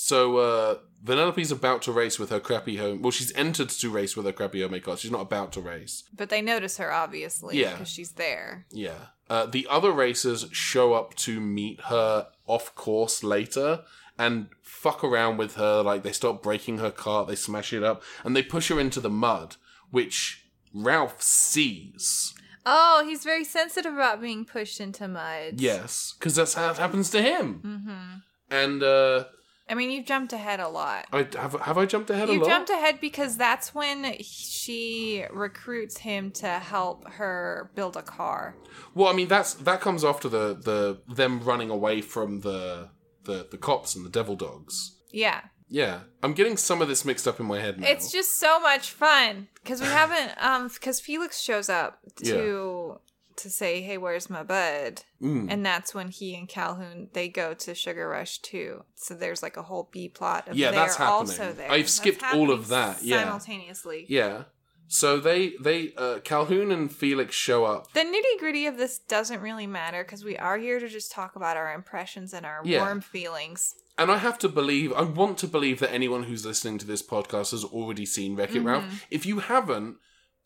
Speaker 1: So uh, Vanellope's about to race with her crappy home. Well, she's entered to race with her crappy home car. She's not about to race.
Speaker 2: But they notice her, obviously,
Speaker 1: Yeah.
Speaker 2: because she's there.
Speaker 1: Yeah. Uh, the other racers show up to meet her off course later and fuck around with her. Like they start breaking her cart, they smash it up, and they push her into the mud, which Ralph sees.
Speaker 2: Oh, he's very sensitive about being pushed into mud.
Speaker 1: Yes, because that's how it happens to him. Mm-hmm. And uh,
Speaker 2: I mean, you've jumped ahead a lot.
Speaker 1: I have have I jumped ahead a
Speaker 2: You
Speaker 1: lot?
Speaker 2: jumped ahead because that's when she recruits him to help her build a car.
Speaker 1: Well, I mean that's that comes after the the them running away from the the the cops and the devil dogs.
Speaker 2: Yeah.
Speaker 1: Yeah, I'm getting some of this mixed up in my head now.
Speaker 2: It's just so much fun because we haven't um because Felix shows up to to say, "Hey, where's my bud?"
Speaker 1: Mm.
Speaker 2: And that's when he and Calhoun they go to Sugar Rush too. So there's like a whole B plot of
Speaker 1: Yeah,
Speaker 2: they're
Speaker 1: that's happening.
Speaker 2: also there.
Speaker 1: I've
Speaker 2: That's
Speaker 1: skipped all of
Speaker 2: happening
Speaker 1: that, yeah.
Speaker 2: simultaneously.
Speaker 1: Yeah. So they they uh, Calhoun and Felix show up.
Speaker 2: The nitty gritty of this doesn't really matter because we are here to just talk about our impressions and our
Speaker 1: Yeah.
Speaker 2: warm feelings.
Speaker 1: And I have to believe, I want to believe that anyone who's listening to this podcast has already seen Wreck It
Speaker 2: Mm-hmm.
Speaker 1: Ralph. If you haven't,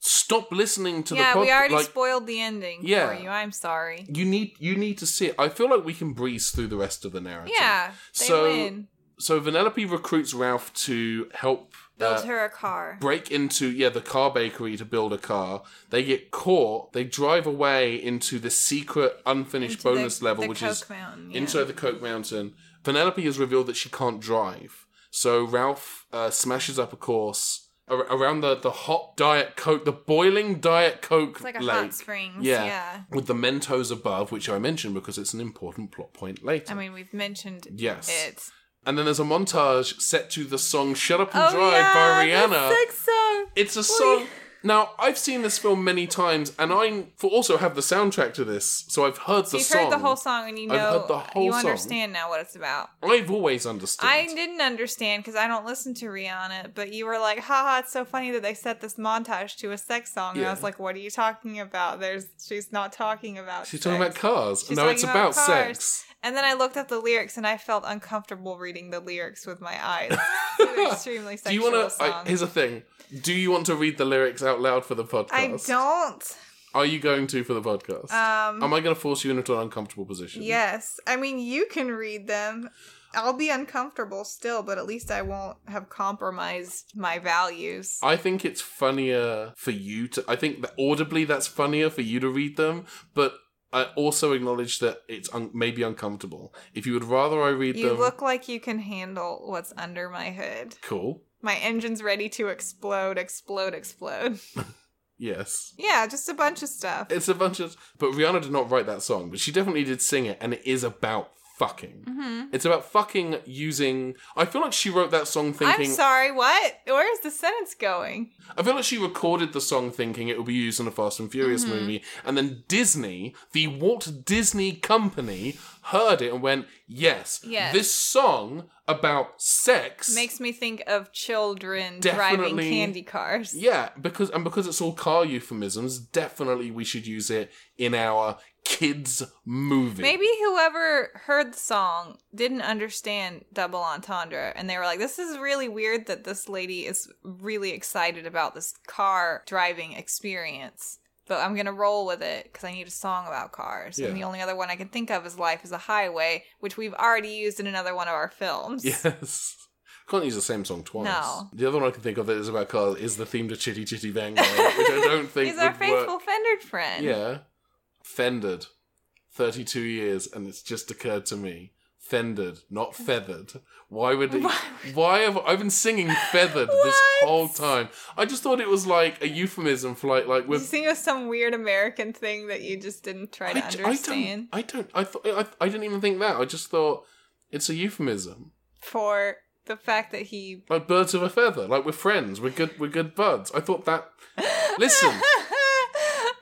Speaker 1: stop listening to
Speaker 2: yeah,
Speaker 1: the podcast.
Speaker 2: we already
Speaker 1: like,
Speaker 2: spoiled the ending
Speaker 1: Yeah.
Speaker 2: for you. I'm sorry.
Speaker 1: you need you need to see it. I feel like we can breeze through the rest of the narrative.
Speaker 2: Yeah, they
Speaker 1: So,
Speaker 2: win.
Speaker 1: So Vanellope recruits Ralph to help
Speaker 2: Build
Speaker 1: uh,
Speaker 2: her a car.
Speaker 1: break into yeah the car bakery to build a car. They get caught. They drive away into the secret unfinished
Speaker 2: Into the-
Speaker 1: bonus level,
Speaker 2: the
Speaker 1: which
Speaker 2: Coke
Speaker 1: is
Speaker 2: Mountain, yeah.
Speaker 1: Inside the Coke Mountain, Penelope has revealed that she can't drive. So Ralph uh, smashes up a course ar- around the, the hot Diet Coke, the boiling Diet Coke
Speaker 2: It's like a
Speaker 1: lake.
Speaker 2: hot springs.
Speaker 1: Yeah.
Speaker 2: Yeah.
Speaker 1: With the Mentos above, which I mentioned because it's an important plot point later.
Speaker 2: I mean, we've mentioned
Speaker 1: Yes.
Speaker 2: it.
Speaker 1: and then there's a montage set to the song Shut Up and
Speaker 2: Oh,
Speaker 1: Drive
Speaker 2: yeah,
Speaker 1: by Rihanna.
Speaker 2: The sex song.
Speaker 1: It's a
Speaker 2: Well,
Speaker 1: song. Now, I've seen this film many times, and I also have the soundtrack to this, so I've heard the
Speaker 2: You've
Speaker 1: song.
Speaker 2: heard the whole song and you know
Speaker 1: I've heard the whole
Speaker 2: you
Speaker 1: song. Oh,
Speaker 2: understand now what it's about.
Speaker 1: I've always understood.
Speaker 2: I didn't understand because I don't listen to Rihanna, but you were like, haha, it's so funny that they set this montage to a sex song. And I
Speaker 1: Yeah.
Speaker 2: was like, what are you talking about? There's she's not talking about
Speaker 1: She's talking
Speaker 2: sex."
Speaker 1: about cars.
Speaker 2: She's
Speaker 1: no, it's
Speaker 2: talking about
Speaker 1: about,
Speaker 2: cars.
Speaker 1: sex.
Speaker 2: And then I looked up the lyrics and I felt uncomfortable reading the lyrics with my eyes. They're extremely
Speaker 1: Do you
Speaker 2: sexual
Speaker 1: want to?
Speaker 2: songs.
Speaker 1: Here's a thing. Do you want to read the lyrics out loud for the podcast?
Speaker 2: I don't.
Speaker 1: Are you going to for the podcast?
Speaker 2: Um,
Speaker 1: Am I going to force you into an uncomfortable position?
Speaker 2: Yes. I mean, you can read them. I'll be uncomfortable still, but at least I won't have compromised my values.
Speaker 1: I think it's funnier for you to. I think that audibly that's funnier for you to read them, but I also acknowledge that it's un- maybe uncomfortable. If you would rather I read
Speaker 2: You
Speaker 1: them,
Speaker 2: look like you can handle what's under my hood.
Speaker 1: cool.
Speaker 2: My engine's ready to explode, explode, explode.
Speaker 1: Yes.
Speaker 2: Yeah, just a bunch of stuff.
Speaker 1: It's a bunch of. But Rihanna did not write that song, but she definitely did sing it, and it is about fucking.
Speaker 2: hmm
Speaker 1: It's about fucking using. I feel like she wrote that song
Speaker 2: I'm
Speaker 1: thinking.
Speaker 2: sorry, what? Where is the sentence going?
Speaker 1: I feel like she recorded the song thinking it would be used in a Fast and Furious
Speaker 2: Mm-hmm.
Speaker 1: movie, and then Disney, the Walt Disney Company, heard it and went, "Yes,
Speaker 2: Yes.
Speaker 1: this song about sex
Speaker 2: Makes me think of children driving
Speaker 1: Definitely-
Speaker 2: candy cars.
Speaker 1: yeah, because and because it's all car euphemisms, definitely we should use it in our kids movie.
Speaker 2: Maybe whoever heard the song didn't understand double entendre and they were like, this is really weird that this lady is really excited about this car driving experience. But I'm going to roll with it because I need a song about cars.
Speaker 1: Yeah.
Speaker 2: And the only other one I can think of is Life is a Highway, which we've already used in another one of our films.
Speaker 1: Yes. Can't use the same song twice.
Speaker 2: No.
Speaker 1: The other one I can think of that is about cars is the theme to Chitty Chitty Bang Bang, which I don't think
Speaker 2: He's our
Speaker 1: would
Speaker 2: faithful
Speaker 1: work.
Speaker 2: fender friend.
Speaker 1: Yeah. Fendered. 32 years, and it's just occurred to me. Fendered, not feathered. Why would it, why have I've been singing feathered this
Speaker 2: What?
Speaker 1: whole time? I just thought it was like a euphemism for like like
Speaker 2: Did you
Speaker 1: with
Speaker 2: think it was some weird American thing that you just didn't try to
Speaker 1: I, j- I
Speaker 2: understand
Speaker 1: don't I don't I thought I, I didn't even think that. I just thought it's a euphemism.
Speaker 2: for the fact that he.
Speaker 1: Like birds of a feather. Like we're friends. We're good we're good buds. I thought that Listen,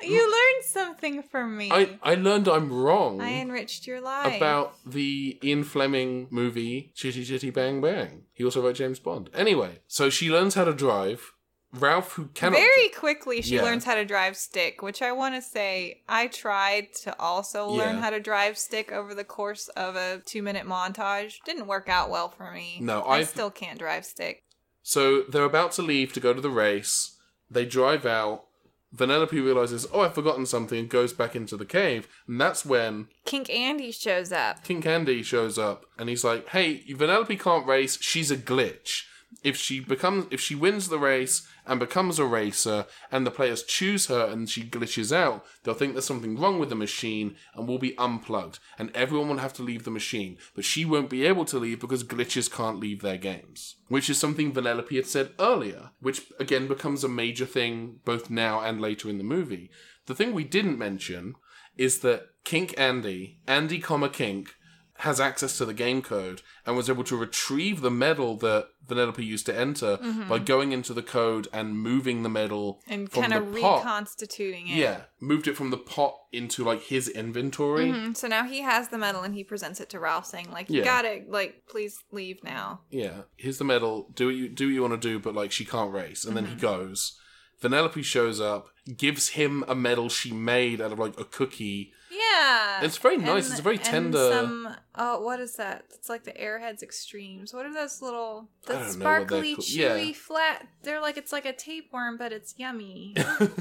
Speaker 2: you learned something from me.
Speaker 1: I,
Speaker 2: I,
Speaker 1: I learned I'm wrong
Speaker 2: enriched your life.
Speaker 1: about the Ian Fleming movie Chitty Chitty Bang Bang. He also wrote James Bond. Anyway, so she learns how to drive. Ralph, who cannot
Speaker 2: very quickly she
Speaker 1: Yeah.
Speaker 2: learns how to drive stick, which I want to say I tried to also learn
Speaker 1: Yeah.
Speaker 2: how to drive stick over the course of a 2-minute montage. Didn't work out well for me.
Speaker 1: No,
Speaker 2: I
Speaker 1: I've-
Speaker 2: still can't drive stick.
Speaker 1: So they're about to leave to go to the race. They drive out. Vanellope realizes, oh, I've forgotten something, and goes back into the cave. And that's when
Speaker 2: Kink Andy shows up.
Speaker 1: King Candy shows up, and he's like, "Hey, Vanellope can't race. She's a glitch. If she becomes, if she wins the race and becomes a racer, and the players choose her, and she glitches out, they'll think there's something wrong with the machine, and will be unplugged, and everyone will have to leave the machine. But she won't be able to leave because glitches can't leave their games, which is something Vanellope had said earlier, which again becomes a major thing both now and later in the movie. The thing we didn't mention is that Kink Andy, Andy, comma Kink, has access to the game code and was able to retrieve the medal that Vanellope used to enter by going into the code and moving the medal
Speaker 2: Mm-hmm. and
Speaker 1: from
Speaker 2: kind of
Speaker 1: the pot.
Speaker 2: reconstituting it.
Speaker 1: yeah, moved it from the pot into like his inventory.
Speaker 2: Mhm, So now he has the medal and he presents it to Ralph, saying like, "You
Speaker 1: Yeah.
Speaker 2: gotta like, please leave now."
Speaker 1: Yeah, here's the medal. Do what you do what you want to do, but like she can't race. And
Speaker 2: Mm-hmm.
Speaker 1: then he goes. Vanellope shows up, gives him a medal she made out of like a cookie.
Speaker 2: Yeah,
Speaker 1: It's very nice, it's very tender.
Speaker 2: Some, oh, what is that? It's like the Airheads Extremes. What are those little
Speaker 1: I
Speaker 2: that
Speaker 1: don't know what they're
Speaker 2: sparkly,
Speaker 1: called.
Speaker 2: chewy,
Speaker 1: Yeah.
Speaker 2: flat? They're like it's like a tapeworm, but it's yummy.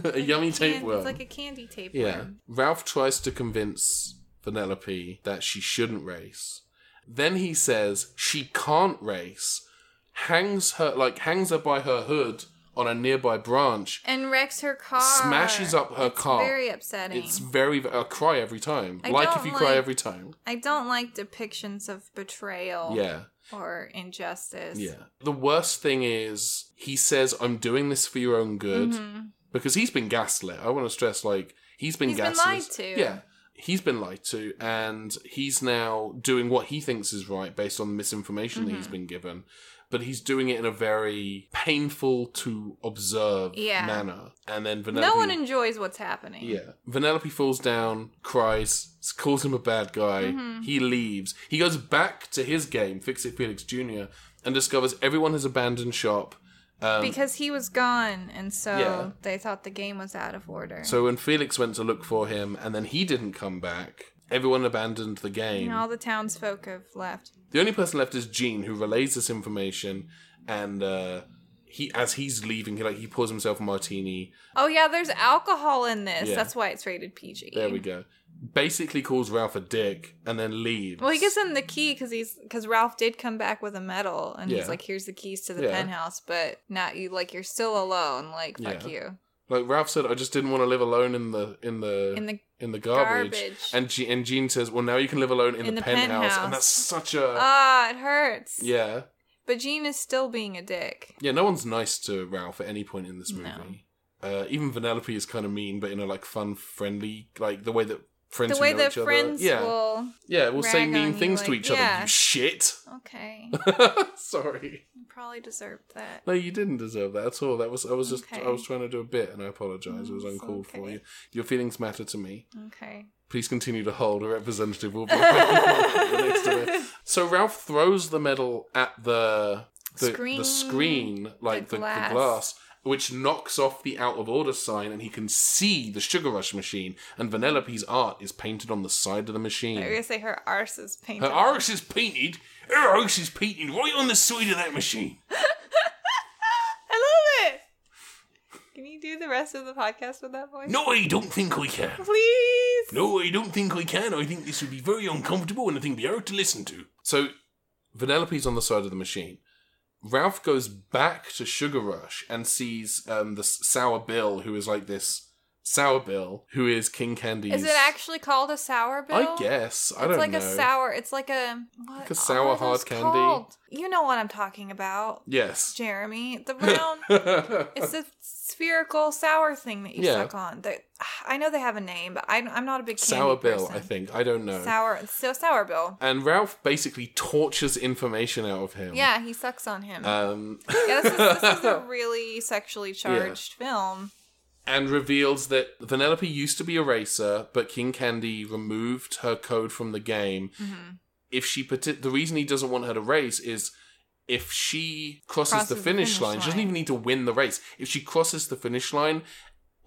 Speaker 1: a yummy
Speaker 2: Can-
Speaker 1: tapeworm.
Speaker 2: It's like a candy tapeworm.
Speaker 1: Yeah. Ralph tries to convince Vanellope that she shouldn't race. Then he says she can't race, hangs her like hangs her by her hood on a nearby branch,
Speaker 2: And wrecks her car.
Speaker 1: smashes up her car.
Speaker 2: Ah, Very upsetting.
Speaker 1: It's very I cry every time.
Speaker 2: I
Speaker 1: like
Speaker 2: don't
Speaker 1: if you cry
Speaker 2: like-
Speaker 1: every time.
Speaker 2: I don't like depictions of betrayal
Speaker 1: Yeah.
Speaker 2: or injustice.
Speaker 1: Yeah. The worst thing is he says I'm doing this for your own good because he's been gaslit. I want to stress like he's been
Speaker 2: Mm-hmm. He's been
Speaker 1: gaslit.
Speaker 2: lied to.
Speaker 1: Yeah. He's been lied to
Speaker 2: Mm-hmm.
Speaker 1: and he's now doing what he thinks is right based on the misinformation that he's been given. but he's doing it in a very painful to observe
Speaker 2: Yeah.
Speaker 1: manner. And then Vanellope.
Speaker 2: No one enjoys what's happening.
Speaker 1: yeah. Vanellope falls down, cries, s- calls him a bad guy.
Speaker 2: Mm-hmm.
Speaker 1: He leaves. He goes back to his game, Fix It Felix Jr., and discovers everyone has abandoned shop.
Speaker 2: because he was gone, and so
Speaker 1: Um, Yeah.
Speaker 2: they thought the game was out of order.
Speaker 1: So when Felix went to look for him and then he didn't come back, everyone abandoned the game.
Speaker 2: and all the townsfolk have left.
Speaker 1: The only person left is Gene, who relays this information, and uh, he, as he's leaving, he like he pours himself a martini.
Speaker 2: Oh yeah, there's alcohol in this.
Speaker 1: Yeah.
Speaker 2: That's why it's rated PG.
Speaker 1: There we go. Basically, calls Ralph a dick and then leaves.
Speaker 2: Well, he gives him the key because he's because Ralph did come back with a medal, and
Speaker 1: Yeah.
Speaker 2: he's like, "Here's the keys to the
Speaker 1: Yeah.
Speaker 2: penthouse," but not you. Like you're still alone. Like fuck
Speaker 1: Yeah.
Speaker 2: you.
Speaker 1: like Ralph said, I just didn't want to live alone in the in the
Speaker 2: In the
Speaker 1: in the garbage.
Speaker 2: garbage.
Speaker 1: And G- and Gene says, "Well, now you can live alone in,
Speaker 2: In
Speaker 1: the,
Speaker 2: the
Speaker 1: penthouse. and
Speaker 2: penthouse.
Speaker 1: that's such a
Speaker 2: ah, it hurts.
Speaker 1: yeah
Speaker 2: But Gene is still being a dick.
Speaker 1: yeah. No one's nice to Ralph at any point in this movie.
Speaker 2: No.
Speaker 1: Uh, even Vanellope is kind of mean, but in a like fun, friendly, like the way that friends
Speaker 2: the
Speaker 1: who
Speaker 2: way
Speaker 1: know
Speaker 2: that
Speaker 1: each other-
Speaker 2: friends
Speaker 1: yeah.
Speaker 2: will.
Speaker 1: Yeah, we'll say
Speaker 2: rag on
Speaker 1: mean
Speaker 2: you,
Speaker 1: things to
Speaker 2: like,
Speaker 1: each other,
Speaker 2: yeah.
Speaker 1: you shit.
Speaker 2: Okay,
Speaker 1: Sorry.
Speaker 2: you probably deserved that.
Speaker 1: No, you didn't deserve that at all. That was I was just
Speaker 2: Okay.
Speaker 1: I was trying to do a bit and I apologize. It was
Speaker 2: No, it's
Speaker 1: uncalled for
Speaker 2: okay.
Speaker 1: you. Your feelings matter to me.
Speaker 2: Okay.
Speaker 1: Please continue to hold a representative will be available next to it. So Ralph throws the medal at the the screen, the
Speaker 2: Screen,
Speaker 1: screen like the,
Speaker 2: the
Speaker 1: the
Speaker 2: glass.
Speaker 1: glass, which knocks off the out of order sign, and he can see the sugar rush machine. And Vanellope's art is painted on the side of the machine.
Speaker 2: I was gonna say her arse is
Speaker 1: Her
Speaker 2: painted.
Speaker 1: arse is painted. Her arse is painted right on the side of that machine.
Speaker 2: I love it. Can you do the rest of the podcast with that voice?
Speaker 1: No, I don't think I can.
Speaker 2: Please.
Speaker 1: No, I don't think I can. I think this would be very uncomfortable and I think be hard to listen to. So, Vanellope's on the side of the machine. Ralph goes back to Sugar Rush and sees um, the S- Sour Bill, who is like this Sour Bill, who is King Candy's.
Speaker 2: Is it actually called a sour bill?
Speaker 1: I guess I
Speaker 2: It's
Speaker 1: don't
Speaker 2: like
Speaker 1: know.
Speaker 2: a sour. It's like a what
Speaker 1: a sour
Speaker 2: are
Speaker 1: hard
Speaker 2: those
Speaker 1: candy.
Speaker 2: called? You know what I'm talking about,
Speaker 1: Yes.
Speaker 2: Jeremy? The round. it's a spherical sour thing that you
Speaker 1: Yeah.
Speaker 2: suck on. That I know they have a name, but I, am not a big candy
Speaker 1: Sour Bill,
Speaker 2: person.
Speaker 1: I think. Mm. I don't know.
Speaker 2: Sour. So sour bill.
Speaker 1: and Ralph basically tortures information out of him.
Speaker 2: Yeah, he sucks on him.
Speaker 1: Um,
Speaker 2: yeah, this is, this is a really sexually charged film.
Speaker 1: and reveals that Vanellope used to be a racer, but King Candy removed her code from the game.
Speaker 2: Mm-hmm.
Speaker 1: If she parti- the reason he doesn't want her to race is if she crosses,
Speaker 2: Crosses
Speaker 1: the
Speaker 2: the
Speaker 1: finish,
Speaker 2: finish
Speaker 1: line, she doesn't
Speaker 2: line.
Speaker 1: even need to win the race. If she crosses the finish line,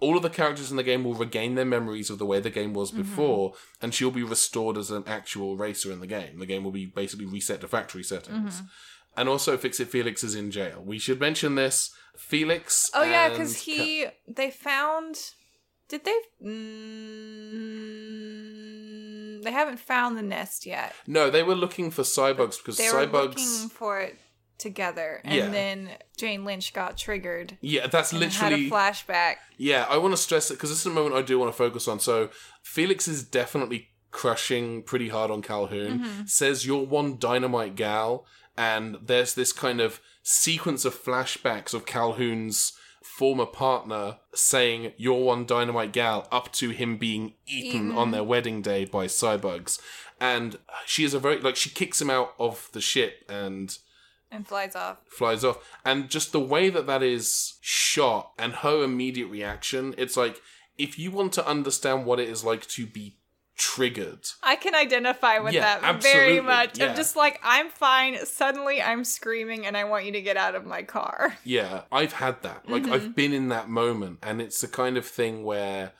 Speaker 1: all of the characters in the game will regain their memories of the way the game
Speaker 2: Mm-hmm.
Speaker 1: was before, and she'll be restored as an actual racer in the game. The game will be basically reset to factory settings.
Speaker 2: Mm-hmm.
Speaker 1: And also, Fix It Felix is in jail. We should mention this. Felix.
Speaker 2: Oh yeah,
Speaker 1: and
Speaker 2: because
Speaker 1: Ca-
Speaker 2: he they found. Did they? Mm, they haven't found the nest yet.
Speaker 1: No, they were looking for cybugs because
Speaker 2: They were looking
Speaker 1: cybugs.
Speaker 2: for it together, and
Speaker 1: Yeah.
Speaker 2: then Jane Lynch got triggered.
Speaker 1: Yeah, that's
Speaker 2: and
Speaker 1: literally.
Speaker 2: had a flashback.
Speaker 1: Yeah, I want to stress it because this is a moment I do want to focus on. So Felix is definitely crushing pretty hard on Calhoun.
Speaker 2: Mm-hmm.
Speaker 1: Says you're one dynamite gal, and there's this kind of sequence of flashbacks of Calhoun's former partner saying you're one dynamite gal up to him being eaten on their wedding day by cybugs and she is a very like she kicks him out of the ship and
Speaker 2: And flies off.
Speaker 1: flies off and just the way that that is shot and her immediate reaction it's like if you want to understand what it is like to be triggered
Speaker 2: I can identify with
Speaker 1: Yeah,
Speaker 2: that very
Speaker 1: absolutely,
Speaker 2: much.
Speaker 1: yeah.
Speaker 2: I'm just like, I'm fine. Suddenly, I'm screaming, and I want you to get out of my car.
Speaker 1: yeah i've had that like
Speaker 2: Mm-hmm.
Speaker 1: i've been in that moment and it's the kind of thing where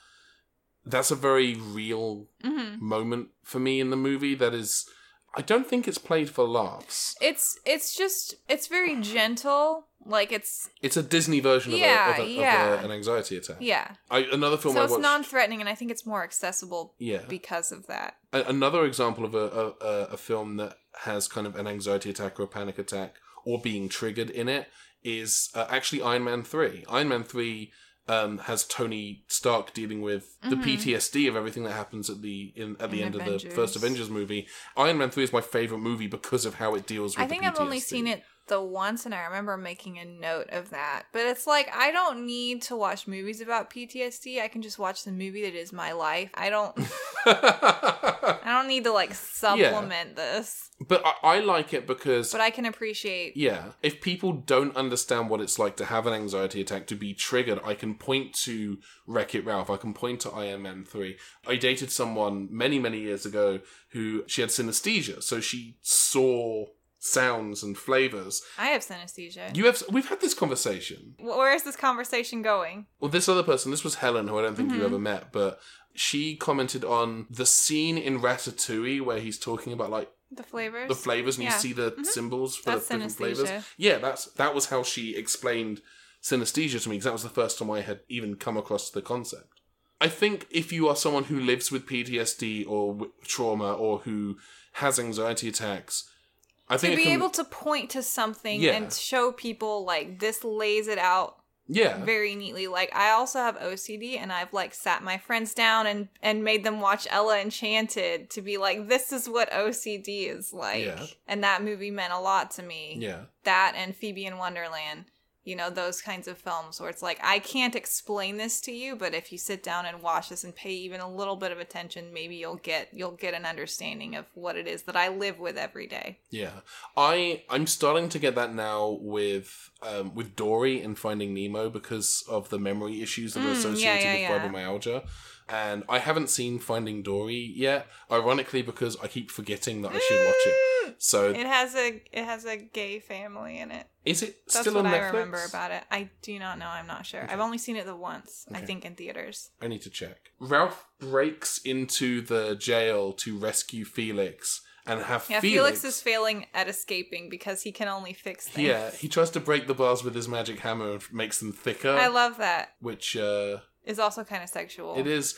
Speaker 1: that's a very real
Speaker 2: Mm-hmm.
Speaker 1: moment for me in the movie that is i don't think it's played for laughs
Speaker 2: It's it's just it's very gentle. Like it's
Speaker 1: it's a disney version of, a-
Speaker 2: Yeah,
Speaker 1: of a, of, a,
Speaker 2: yeah.
Speaker 1: an anxiety attack
Speaker 2: yeah.
Speaker 1: I, another film
Speaker 2: So
Speaker 1: i
Speaker 2: it's
Speaker 1: watched
Speaker 2: non-threatening, and I think it's more accessible.
Speaker 1: Oh Yeah.
Speaker 2: Because of that.
Speaker 1: a- another example of a, a, a, a film that has kind of an anxiety attack or a panic attack or being triggered in it is uh, actually Iron Man 3. Iron Man 3 um, has Tony Stark dealing with the PTSD of everything that happens at the in, at the
Speaker 2: Mm-hmm. In
Speaker 1: end of the
Speaker 2: Avengers.
Speaker 1: first Avengers movie. Iron Man 3 is my favorite movie because of how it deals with
Speaker 2: I think
Speaker 1: the
Speaker 2: I've only
Speaker 1: PTSD.
Speaker 2: seen it the once and I remember making a note of that. But it's like I don't need to watch movies about PTSD. I can just watch the movie that is my life. I don't I don't need to like supplement this.
Speaker 1: but I, I like it because
Speaker 2: But I can appreciate
Speaker 1: Yeah. If people don't understand what it's like to have an anxiety attack, to be triggered, I can point to Wreck It Ralph. I can point to Iron Man 3. I dated someone many, many years ago who she had synesthesia. So she saw sounds and flavors.
Speaker 2: I have synesthesia.
Speaker 1: You have, we've had this conversation.
Speaker 2: Wh- Where is this conversation going?
Speaker 1: Well, this other person, this was Helen, who I don't think you ever met, but she commented on the scene in Ratatouille where he's talking about like
Speaker 2: The flavors?
Speaker 1: the flavors and you
Speaker 2: Yeah. Mm-hmm.
Speaker 1: see the symbols for
Speaker 2: That's
Speaker 1: the different flavors.
Speaker 2: synesthesia.
Speaker 1: Yeah, that's that was how she explained synesthesia to me because that was the first time I had even come across the concept. I think if you are someone who lives with PTSD or w- trauma or who has anxiety attacks, I
Speaker 2: to
Speaker 1: think
Speaker 2: be
Speaker 1: it can-
Speaker 2: able to point to something
Speaker 1: Yeah.
Speaker 2: and show people like this lays it out
Speaker 1: yeah,
Speaker 2: very neatly. Like I also have OCD and I've like sat my friends down and and made them watch Ella Enchanted to be like this is what OCD is like.
Speaker 1: Yeah.
Speaker 2: And that movie meant a lot to me.
Speaker 1: yeah,
Speaker 2: That and Phoebe in Wonderland, you know, those kinds of films where it's like I can't explain this to you, but if you sit down and watch this and pay even a little bit of attention, maybe you'll get you'll get an understanding of what it is that I live with every day.
Speaker 1: yeah. I I'm starting to get that now with um, with Dory and Finding Nemo because of the memory issues that are
Speaker 2: Mm, yeah,
Speaker 1: associated
Speaker 2: yeah,
Speaker 1: with fibromyalgia. And I haven't seen Finding Dory yet, ironically, because I keep forgetting that I should watch it. So
Speaker 2: It has a it has a gay family in it.
Speaker 1: is it
Speaker 2: That's
Speaker 1: still
Speaker 2: what
Speaker 1: on
Speaker 2: I
Speaker 1: Netflix?
Speaker 2: remember about it. I do not know. I'm not sure. I've only seen it the once. I
Speaker 1: Okay.
Speaker 2: think in theaters.
Speaker 1: I need to check. Ralph breaks into the jail to rescue Felix and have
Speaker 2: Yeah,
Speaker 1: Felix.
Speaker 2: Felix, is failing at escaping because he can only fix things.
Speaker 1: yeah, he tries to break the bars with his magic hammer and makes them thicker.
Speaker 2: I love that.
Speaker 1: which uh,
Speaker 2: It's also kind of sexual.
Speaker 1: it is.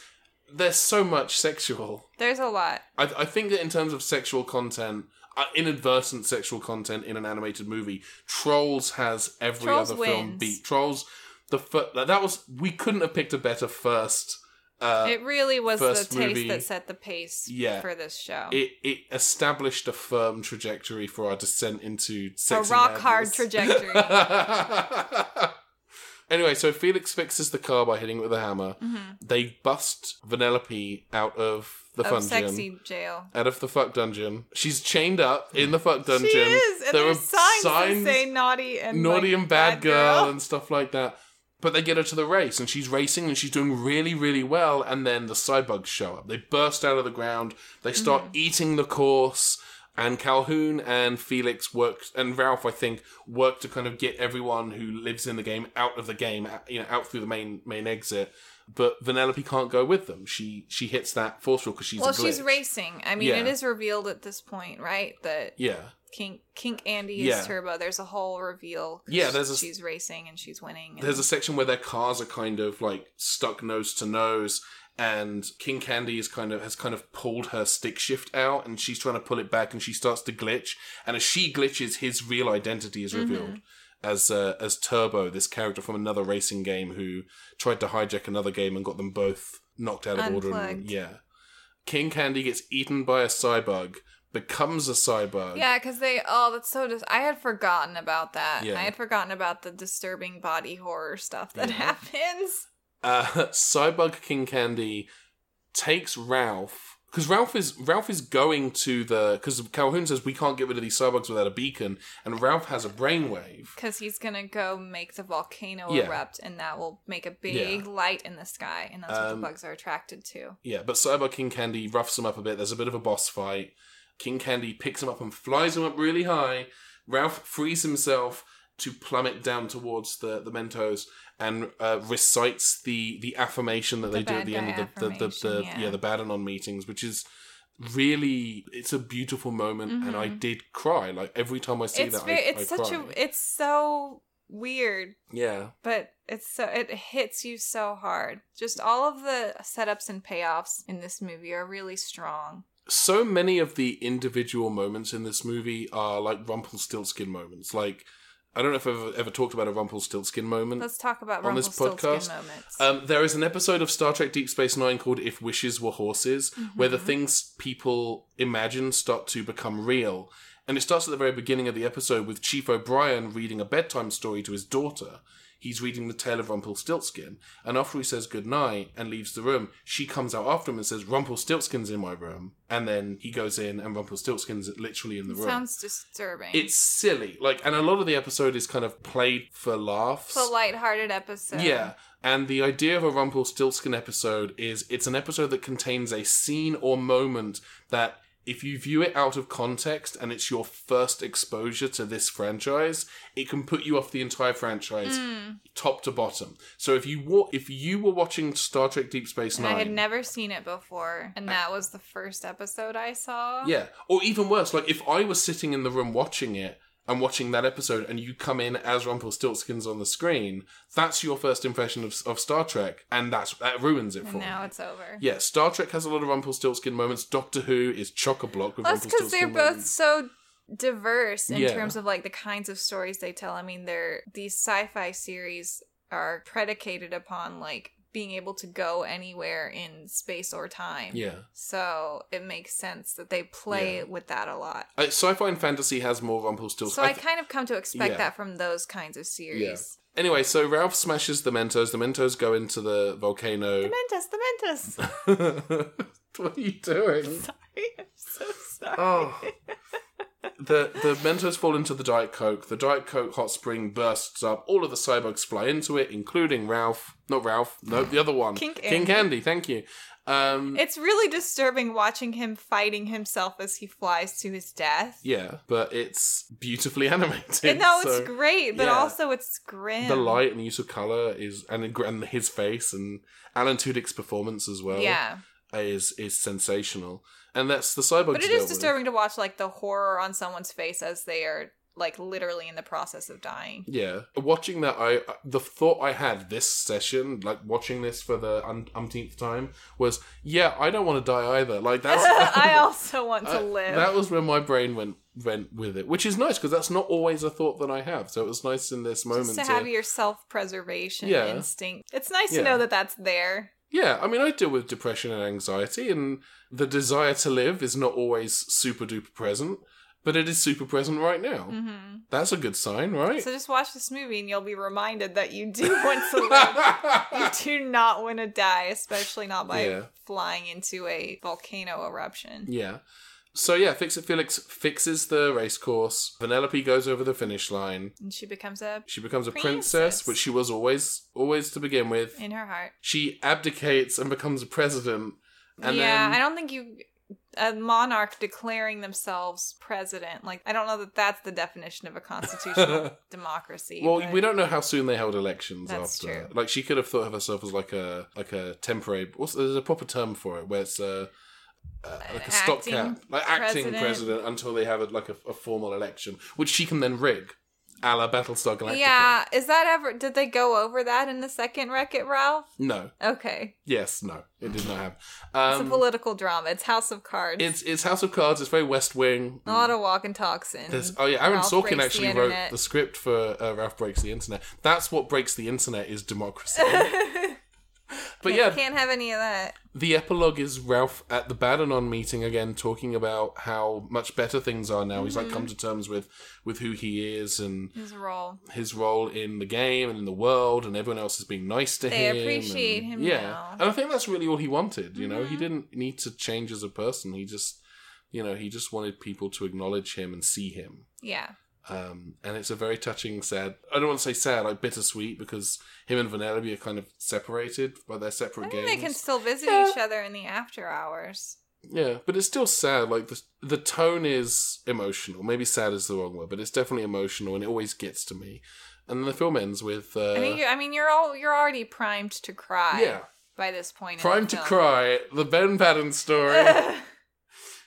Speaker 1: There's so much sexual.
Speaker 2: There's a lot.
Speaker 1: I, I think that in terms of sexual content, uh, inadvertent sexual content in an animated movie, Trolls has every
Speaker 2: Trolls
Speaker 1: other film
Speaker 2: wins.
Speaker 1: beat. Trolls, the fir- that that was we couldn't have picked a better first. Uh,
Speaker 2: it really was the
Speaker 1: first
Speaker 2: taste
Speaker 1: movie-
Speaker 2: that set the pace
Speaker 1: Yeah.
Speaker 2: for this show.
Speaker 1: it it established a firm trajectory for our descent into
Speaker 2: a
Speaker 1: sexy
Speaker 2: rock hard
Speaker 1: madness.
Speaker 2: trajectory.
Speaker 1: anyway, so Felix fixes the car by hitting it with a hammer.
Speaker 2: Mhm.
Speaker 1: They bust Vanellope out of the
Speaker 2: Of
Speaker 1: dungeon.
Speaker 2: sexy jail.
Speaker 1: Out of the fuck dungeon. She's chained up in the fuck dungeon.
Speaker 2: She is, and
Speaker 1: There
Speaker 2: there's
Speaker 1: are
Speaker 2: signs,
Speaker 1: signs,
Speaker 2: that say naughty and
Speaker 1: naughty
Speaker 2: like,
Speaker 1: and bad, girl, and stuff like that. But they get her to the race, and she's racing, and she's doing really, really well. And then the cybugs show up. They burst out of the ground. They start
Speaker 2: Mm.
Speaker 1: eating the course. And Calhoun and Felix worked, and Ralph, I think, worked to kind of get everyone who lives in the game out of the game, out- you know, out through the main main exit. But Vanellope can't go with them. She she hits that force rule because she's
Speaker 2: Well,
Speaker 1: a glitch.
Speaker 2: she's racing. I mean,
Speaker 1: Yeah.
Speaker 2: it is revealed at this point, right? That
Speaker 1: Yeah,
Speaker 2: Kink Kink Andy
Speaker 1: Yeah.
Speaker 2: is Turbo. There's a whole reveal. 'cause
Speaker 1: Yeah, there's a-
Speaker 2: she's racing and she's winning. and-
Speaker 1: there's a section where their cars are kind of like stuck nose to nose and king candy is kind of has kind of pulled her stick shift out and she's trying to pull it back and she starts to glitch and as she glitches his real identity is revealed as uh, as turbo this character from another racing game who tried to hijack another game and got them both knocked out of order and,
Speaker 2: Unplugged.
Speaker 1: yeah king candy gets eaten by a cybug becomes a cybug
Speaker 2: yeah, because they oh, that's so. Dis- I had forgotten about that.
Speaker 1: Yeah.
Speaker 2: I had forgotten about the disturbing body horror stuff that
Speaker 1: Yeah.
Speaker 2: happens.
Speaker 1: uh, Cybug King Candy takes Ralph because Ralph is Ralph is going to the because Calhoun says we can't get rid of these cyborgs without a beacon, and Ralph has a brainwave.
Speaker 2: Because he's gonna go make the volcano
Speaker 1: Yeah.
Speaker 2: erupt, and that will make a big
Speaker 1: Yeah.
Speaker 2: light in the sky, and that's what
Speaker 1: Um,
Speaker 2: the bugs are attracted to.
Speaker 1: Yeah, but Cyborg King Candy roughs him up a bit. There's a bit of a boss fight. King Candy picks him up and flies him up really high. Ralph frees himself to plummet down towards the, the Mentos and uh, recites the, the affirmation that they do at
Speaker 2: bad
Speaker 1: the end
Speaker 2: guy
Speaker 1: of the, the, the, the
Speaker 2: affirmation,
Speaker 1: yeah.
Speaker 2: yeah.
Speaker 1: the Badanon meetings, which is really it's a beautiful moment, and I
Speaker 2: Mhm.
Speaker 1: did cry like every time I see
Speaker 2: It's
Speaker 1: that.
Speaker 2: very,
Speaker 1: I,
Speaker 2: it's
Speaker 1: I
Speaker 2: such
Speaker 1: cry.
Speaker 2: a, it's so weird
Speaker 1: yeah,
Speaker 2: but it's so it hits you so hard. Just all of the setups and payoffs in this movie are really strong.
Speaker 1: so many of the individual moments in this movie are like Rumpelstiltskin moments. Like, I don't know if I've ever, ever talked about a Rumpelstiltskin moment.
Speaker 2: Let's talk about
Speaker 1: On this
Speaker 2: Rumpelstiltskin
Speaker 1: podcast,
Speaker 2: moments.
Speaker 1: Um, there is an episode of Star Trek Deep Space Nine called If Wishes Were Horses, where the things people imagine start to become real. And it starts at the very beginning of the episode with Chief O'Brien reading a bedtime story to his daughter. He's reading The Tale of Rumpelstiltskin. And after he says goodnight and leaves the room, she comes out after him and says, Rumpelstiltskin's in my room. And then he goes in and Rumpelstiltskin's literally in the room.
Speaker 2: Sounds disturbing.
Speaker 1: it's silly. Like, and a lot of the episode is kind of played for laughs.
Speaker 2: it's a lighthearted episode.
Speaker 1: Yeah. And the idea of a Rumpelstiltskin episode is it's an episode that contains a scene or moment that if you view it out of context and it's your first exposure to this franchise, it can put you off the entire franchise
Speaker 2: Hmm.
Speaker 1: top to bottom. So if you wa- if you were watching Star Trek Deep Space
Speaker 2: And
Speaker 1: 9
Speaker 2: I had never seen it before, and that was the first episode I saw.
Speaker 1: Yeah. Or even worse, like if I was sitting in the room watching it and watching that episode and you come in as Rumpelstiltskin's on the screen, that's your first impression of, of Star Trek and that's that ruins it for
Speaker 2: And now
Speaker 1: me.
Speaker 2: it's over.
Speaker 1: Yeah, Star Trek has a lot of Rumpelstiltskin moments. Doctor Who is chock a block with
Speaker 2: That's because
Speaker 1: Rumpelstiltskin
Speaker 2: they're both
Speaker 1: moments.
Speaker 2: so diverse in
Speaker 1: Yeah.
Speaker 2: terms of like the kinds of stories they tell. I mean, they're these sci-fi series are predicated upon like being able to go anywhere in space or time.
Speaker 1: Yeah.
Speaker 2: So it makes sense that they play
Speaker 1: Yeah.
Speaker 2: with that a lot.
Speaker 1: Uh, sci-fi and fantasy has more Rumpelstiltskin.
Speaker 2: So I,
Speaker 1: th-
Speaker 2: kind of come to expect
Speaker 1: Yeah.
Speaker 2: that from those kinds of series.
Speaker 1: Anyway, so Ralph smashes the Mentos. The Mentos go into the volcano.
Speaker 2: Mentos, the Mentos.
Speaker 1: what are you doing?
Speaker 2: sorry, I'm so sorry.
Speaker 1: Oh. The the Mentos fall into the Diet Coke. The Diet Coke hot spring bursts up. All of the cyborgs fly into it, including Ralph. Not Ralph. No, the other one.
Speaker 2: King
Speaker 1: King
Speaker 2: Andy.
Speaker 1: Candy. Thank you. Um,
Speaker 2: It's really disturbing watching him fighting himself as he flies to his death.
Speaker 1: yeah, but it's beautifully animated.
Speaker 2: And no,
Speaker 1: so
Speaker 2: it's great, but
Speaker 1: yeah.
Speaker 2: also it's grim.
Speaker 1: The light and the use of color is, and and his face and Alan Tudyk's performance as well.
Speaker 2: yeah,
Speaker 1: is is sensational. And that's the cyborgs.
Speaker 2: but it
Speaker 1: dealt
Speaker 2: is
Speaker 1: with.
Speaker 2: disturbing to watch like the horror on someone's face as they are like literally in the process of dying.
Speaker 1: Yeah, watching that, I the thought I had this session, like watching this for the um, umpteenth time, was yeah, I don't want to die either. Like that's
Speaker 2: I also want to live.
Speaker 1: Uh, that was where my brain went went with it, which is nice because that's not always a thought that I have. So it was nice in this moment
Speaker 2: just to have your self-preservation
Speaker 1: Yeah.
Speaker 2: instinct. It's nice
Speaker 1: Yeah.
Speaker 2: to know that that's there.
Speaker 1: Yeah, I mean, I deal with depression and anxiety, and the desire to live is not always super duper present, but it is super present right now.
Speaker 2: hmm
Speaker 1: That's a good sign, right?
Speaker 2: So just watch this movie and you'll be reminded that you do want to live. you do not want to die, especially not by
Speaker 1: Yeah.
Speaker 2: flying into a volcano eruption.
Speaker 1: Yeah. So yeah, Fix It Felix fixes the race course. Penelope goes over the finish line.
Speaker 2: And she becomes a
Speaker 1: She becomes a princess,
Speaker 2: Princess.
Speaker 1: which she was always always to begin with.
Speaker 2: in her heart.
Speaker 1: She abdicates and becomes a president. And
Speaker 2: yeah,
Speaker 1: then
Speaker 2: I don't think you a monarch declaring themselves president. Like I don't know that that's the definition of a constitutional democracy.
Speaker 1: well,
Speaker 2: but-
Speaker 1: we don't know how soon they held elections
Speaker 2: That's
Speaker 1: after.
Speaker 2: true.
Speaker 1: that. Like she could have thought of herself as like a like a temporary. What's there's a proper term for it where it's a uh, like a
Speaker 2: Acting
Speaker 1: stopgap, like acting
Speaker 2: president.
Speaker 1: president until they have a, like a, a formal election, which she can then rig, a la Battlestar Galactica.
Speaker 2: Yeah, is that ever did they go over that in the second Wreck It Ralph?
Speaker 1: No.
Speaker 2: Okay.
Speaker 1: Yes. No. It did not happen.
Speaker 2: It's a
Speaker 1: Um,
Speaker 2: political drama. It's House of Cards.
Speaker 1: It's it's House of Cards. It's very West Wing.
Speaker 2: a lot of walk and talks in.
Speaker 1: There's- oh yeah, Aaron
Speaker 2: Ralph
Speaker 1: Sorkin
Speaker 2: Breaks the
Speaker 1: actually wrote
Speaker 2: Internet.
Speaker 1: the script for uh, Ralph Breaks the Internet. That's what breaks the internet is democracy. but
Speaker 2: Can't-
Speaker 1: yeah,
Speaker 2: Can't have any of that.
Speaker 1: the epilogue is Ralph at the Badanon meeting again, talking about how much better things are now. He's like come
Speaker 2: Mm-hmm.
Speaker 1: to terms with with who he is and
Speaker 2: His role.
Speaker 1: his role in the game and in the world, and everyone else is being nice to
Speaker 2: They
Speaker 1: him.
Speaker 2: appreciate
Speaker 1: and-
Speaker 2: him
Speaker 1: Yeah,
Speaker 2: now. Mm-hmm.
Speaker 1: and I think that's really all he wanted. You know, he didn't need to change as a person. He just, you know, he just wanted people to acknowledge him and see him.
Speaker 2: Yeah.
Speaker 1: Um, and it's a very touching, sad. I don't want to say sad, like bittersweet, because him and Vanellope are kind of separated by their separate
Speaker 2: I think
Speaker 1: games.
Speaker 2: they can still visit
Speaker 1: Yeah.
Speaker 2: each other in the after hours.
Speaker 1: Yeah, but it's still sad. Like the the tone is emotional. Maybe sad is the wrong word, but it's definitely emotional, and it always gets to me. And then the film ends with. Uh,
Speaker 2: I mean, you, I mean, you're all you're already primed to cry.
Speaker 1: yeah.
Speaker 2: By this point, in
Speaker 1: Prime
Speaker 2: the
Speaker 1: to
Speaker 2: film.
Speaker 1: Cry, the Ben Patton story.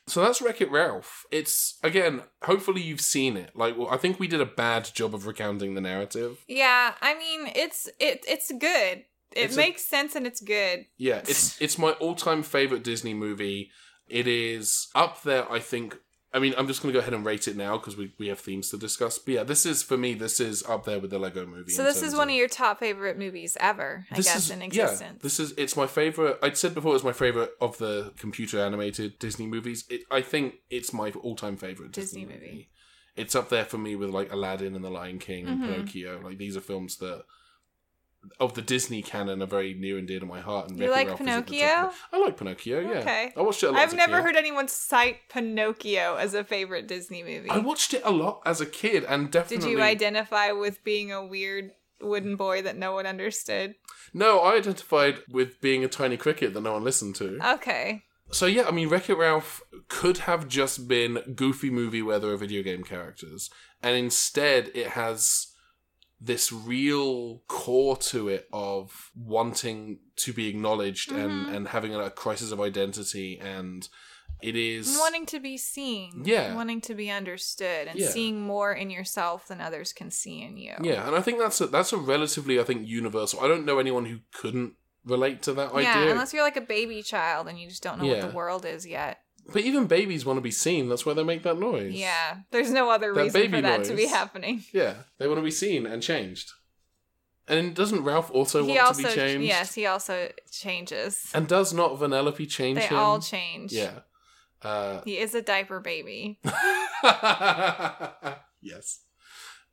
Speaker 1: so that's Wreck It Ralph. It's, again, hopefully you've seen it. Like, well, I think we did a bad job of recounting the narrative.
Speaker 2: Yeah, I mean, it's it it's good. It
Speaker 1: It's a-
Speaker 2: makes sense and it's good.
Speaker 1: Yeah, it's it's my all time favorite Disney movie. It is up there, I think, I mean, I'm just going to go ahead and rate it now because we, we have themes to discuss. But yeah, this is, for me, this is up there with the Lego movie.
Speaker 2: So
Speaker 1: in
Speaker 2: this is
Speaker 1: terms
Speaker 2: one of your top favorite movies ever, I
Speaker 1: This
Speaker 2: guess,
Speaker 1: is-
Speaker 2: in
Speaker 1: Yeah,
Speaker 2: existence.
Speaker 1: this is it's my favorite. I'd said before it was my favorite of the computer animated Disney movies. It, I think it's my all time favorite Disney,
Speaker 2: Disney
Speaker 1: movie.
Speaker 2: movie.
Speaker 1: It's up there for me with like Aladdin and The Lion King and
Speaker 2: Mhm.
Speaker 1: Pinocchio. Like these are films that of the Disney canon are very near and dear to my heart. And
Speaker 2: You
Speaker 1: Wreck-It
Speaker 2: like
Speaker 1: Ralph is at the
Speaker 2: Pinocchio?
Speaker 1: top of it. I like Pinocchio. Yeah,
Speaker 2: Okay.
Speaker 1: I watched it. A lot as
Speaker 2: I've
Speaker 1: a
Speaker 2: never
Speaker 1: kid.
Speaker 2: heard anyone cite Pinocchio as a favorite Disney movie.
Speaker 1: I watched it a lot as a kid, and
Speaker 2: Did
Speaker 1: definitely.
Speaker 2: you identify with being a weird wooden boy that no one understood?
Speaker 1: No, I identified with being a tiny cricket that no one listened to.
Speaker 2: Okay.
Speaker 1: So yeah, I mean, Wreck It Ralph could have just been goofy movie where there are video game characters, and instead it has this real core to it of wanting to be acknowledged and
Speaker 2: Mhm.
Speaker 1: and having a, crisis of identity, and it is
Speaker 2: And wanting to be seen.
Speaker 1: Yeah.
Speaker 2: Wanting to be understood and
Speaker 1: Yeah.
Speaker 2: seeing more in yourself than others can see in you.
Speaker 1: yeah, and I think that's a, that's a relatively I think universal. I don't know anyone who couldn't relate to that
Speaker 2: Yeah,
Speaker 1: idea.
Speaker 2: unless you're like a baby child and you just don't know what
Speaker 1: Yeah.
Speaker 2: the world is yet.
Speaker 1: But even babies want to be seen. That's why they make that noise.
Speaker 2: Yeah. There's no other
Speaker 1: That
Speaker 2: reason
Speaker 1: baby
Speaker 2: for that to be
Speaker 1: noise.
Speaker 2: happening.
Speaker 1: Yeah, they want to be seen and changed. And doesn't Ralph also
Speaker 2: he
Speaker 1: want
Speaker 2: also
Speaker 1: to be changed?
Speaker 2: yes, he also changes.
Speaker 1: And does not Vanellope change
Speaker 2: They
Speaker 1: him?
Speaker 2: all change.
Speaker 1: Yeah. Uh,
Speaker 2: He is a diaper baby.
Speaker 1: yes.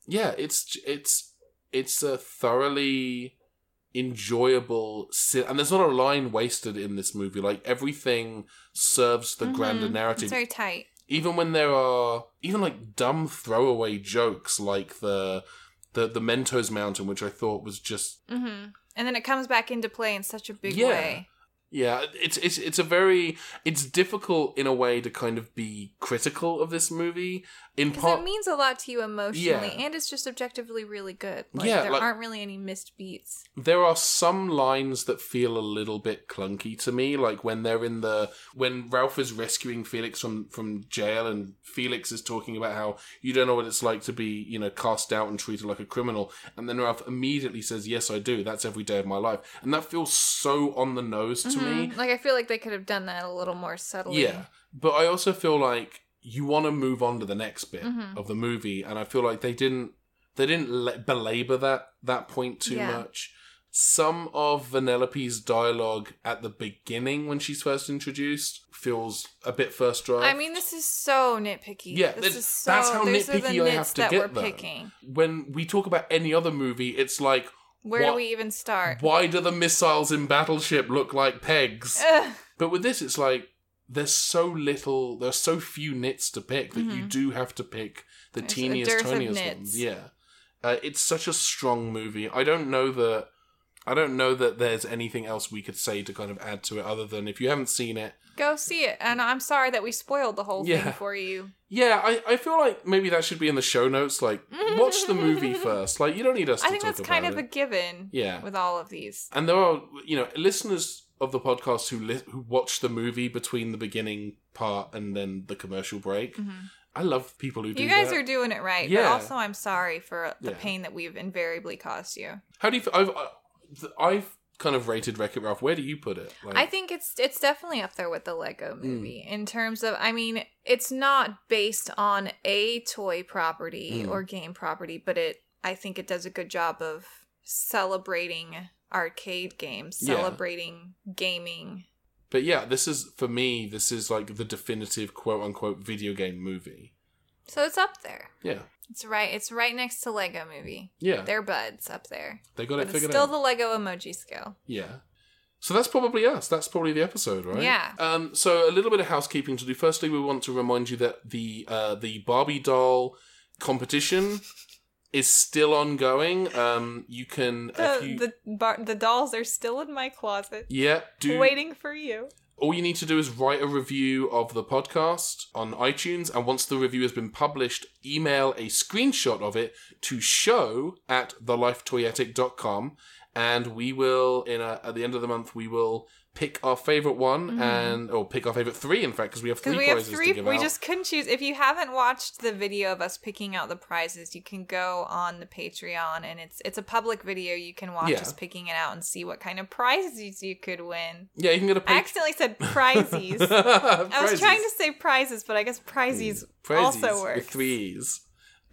Speaker 1: Yeah, it's it's it's a thoroughly enjoyable si- and there's not a line wasted in this movie. Like everything serves the grander
Speaker 2: Mhm. It's
Speaker 1: narrative.
Speaker 2: very tight.
Speaker 1: even when there are even like dumb throwaway jokes like the the the Mentos mountain which I thought was just
Speaker 2: hmm And then it comes back into play in such a big
Speaker 1: Yeah.
Speaker 2: way.
Speaker 1: Yeah, it's it's it's a very it's difficult in a way to kind of be critical of this movie in
Speaker 2: Because
Speaker 1: part.
Speaker 2: it means a lot to you emotionally,
Speaker 1: Yeah.
Speaker 2: and it's just objectively really good. Like,
Speaker 1: Yeah,
Speaker 2: there
Speaker 1: like-
Speaker 2: aren't really any missed beats.
Speaker 1: there are some lines that feel a little bit clunky to me, like when they're in the when Ralph is rescuing Felix from from jail, and Felix is talking about how you don't know what it's like to be you know cast out and treated like a criminal, and then Ralph immediately says, "Yes, I do. That's every day of my life," and that feels so on the nose to me.
Speaker 2: Mhm. Like I feel like they could have done that a little more subtly.
Speaker 1: Yeah, but I also feel like you want to move on to the next bit
Speaker 2: Mhm.
Speaker 1: of the movie, and I feel like they didn't they didn't le- belabor that that point too
Speaker 2: Yeah.
Speaker 1: much. Some of Vanellope's dialogue at the beginning when she's first introduced feels a bit first draft.
Speaker 2: I mean, this is so nitpicky.
Speaker 1: Yeah,
Speaker 2: this
Speaker 1: that-
Speaker 2: is so.
Speaker 1: that's how
Speaker 2: these are the
Speaker 1: nitpicky I have
Speaker 2: nits
Speaker 1: to
Speaker 2: that
Speaker 1: get,
Speaker 2: we're
Speaker 1: though.
Speaker 2: picking.
Speaker 1: when we talk about any other movie, it's like
Speaker 2: Where
Speaker 1: What-
Speaker 2: do we even start?
Speaker 1: why do the missiles in Battleship look like pegs?
Speaker 2: Ugh.
Speaker 1: But with this, it's like there's so little, there's so few nits to pick that you
Speaker 2: Mhm.
Speaker 1: do have to pick the
Speaker 2: There's a
Speaker 1: teeniest,
Speaker 2: dearth of
Speaker 1: tiniest
Speaker 2: nits.
Speaker 1: ones. Yeah, uh, it's such a strong movie. I don't know that. I don't know that there's anything else we could say to kind of add to it other than if you haven't seen it.
Speaker 2: Go see it, and I'm sorry that we spoiled the whole
Speaker 1: Yeah.
Speaker 2: thing for you.
Speaker 1: Yeah, I, I feel like maybe that should be in the show notes. Like, watch the movie first. Like, you don't need us to
Speaker 2: I think
Speaker 1: talk
Speaker 2: that's kind
Speaker 1: about it.
Speaker 2: of a given.
Speaker 1: Yeah.
Speaker 2: With all of these.
Speaker 1: And there are, you know, listeners of the podcast who li- who watch the movie between the beginning part and then the commercial break. I love people who do
Speaker 2: Mm-hmm. You guys
Speaker 1: that.
Speaker 2: are doing it right, but
Speaker 1: Yeah.
Speaker 2: also I'm sorry for the
Speaker 1: Yeah.
Speaker 2: pain that we've invariably caused you.
Speaker 1: How do you? f- I've I- th- I've kind of rated Wreck It Ralph. Where do you put it? Like,
Speaker 2: I think it's it's definitely up there with the Lego
Speaker 1: Mm.
Speaker 2: movie in terms of I mean, it's not based on a toy property
Speaker 1: Mm.
Speaker 2: or game property, but it I think it does a good job of celebrating arcade games,
Speaker 1: Yeah.
Speaker 2: celebrating gaming.
Speaker 1: but yeah, this is for me. This is like the definitive quote unquote video game movie.
Speaker 2: So it's up there.
Speaker 1: Yeah,
Speaker 2: It's right it's right next to Lego movie.
Speaker 1: yeah,
Speaker 2: They're buds up there.
Speaker 1: they got
Speaker 2: But
Speaker 1: it
Speaker 2: it's
Speaker 1: figured
Speaker 2: still
Speaker 1: out.
Speaker 2: the Lego emoji scale.
Speaker 1: Yeah. So that's probably us. That's probably the episode, right?
Speaker 2: Yeah.
Speaker 1: Um, so a little bit of housekeeping to do. Firstly, we want to remind you that the uh, the Barbie doll competition is still ongoing. Um, you can if
Speaker 2: The
Speaker 1: you,
Speaker 2: Uh, the bar- the dolls are still in my closet
Speaker 1: yeah do
Speaker 2: waiting for you.
Speaker 1: all you need to do is write a review of the podcast on iTunes, and once the review has been published, email a screenshot of it to show at thelifetoyetic.com, and we will, in a, at the end of the month, we will pick our favorite one and or pick our favorite three. In fact, because we have
Speaker 2: Mm-hmm. Because
Speaker 1: three
Speaker 2: we have
Speaker 1: prizes
Speaker 2: three,
Speaker 1: to give
Speaker 2: we
Speaker 1: out.
Speaker 2: just couldn't choose. If you haven't watched the video of us picking out the prizes, you can go on the Patreon and it's it's a public video. You can watch
Speaker 1: Yeah.
Speaker 2: us picking it out and see what kind of prizes you could win.
Speaker 1: yeah, you can get a
Speaker 2: I
Speaker 1: pick.
Speaker 2: accidentally said prizes. I was trying to say prizes, but I guess prizes, also
Speaker 1: with
Speaker 2: works.
Speaker 1: three E's.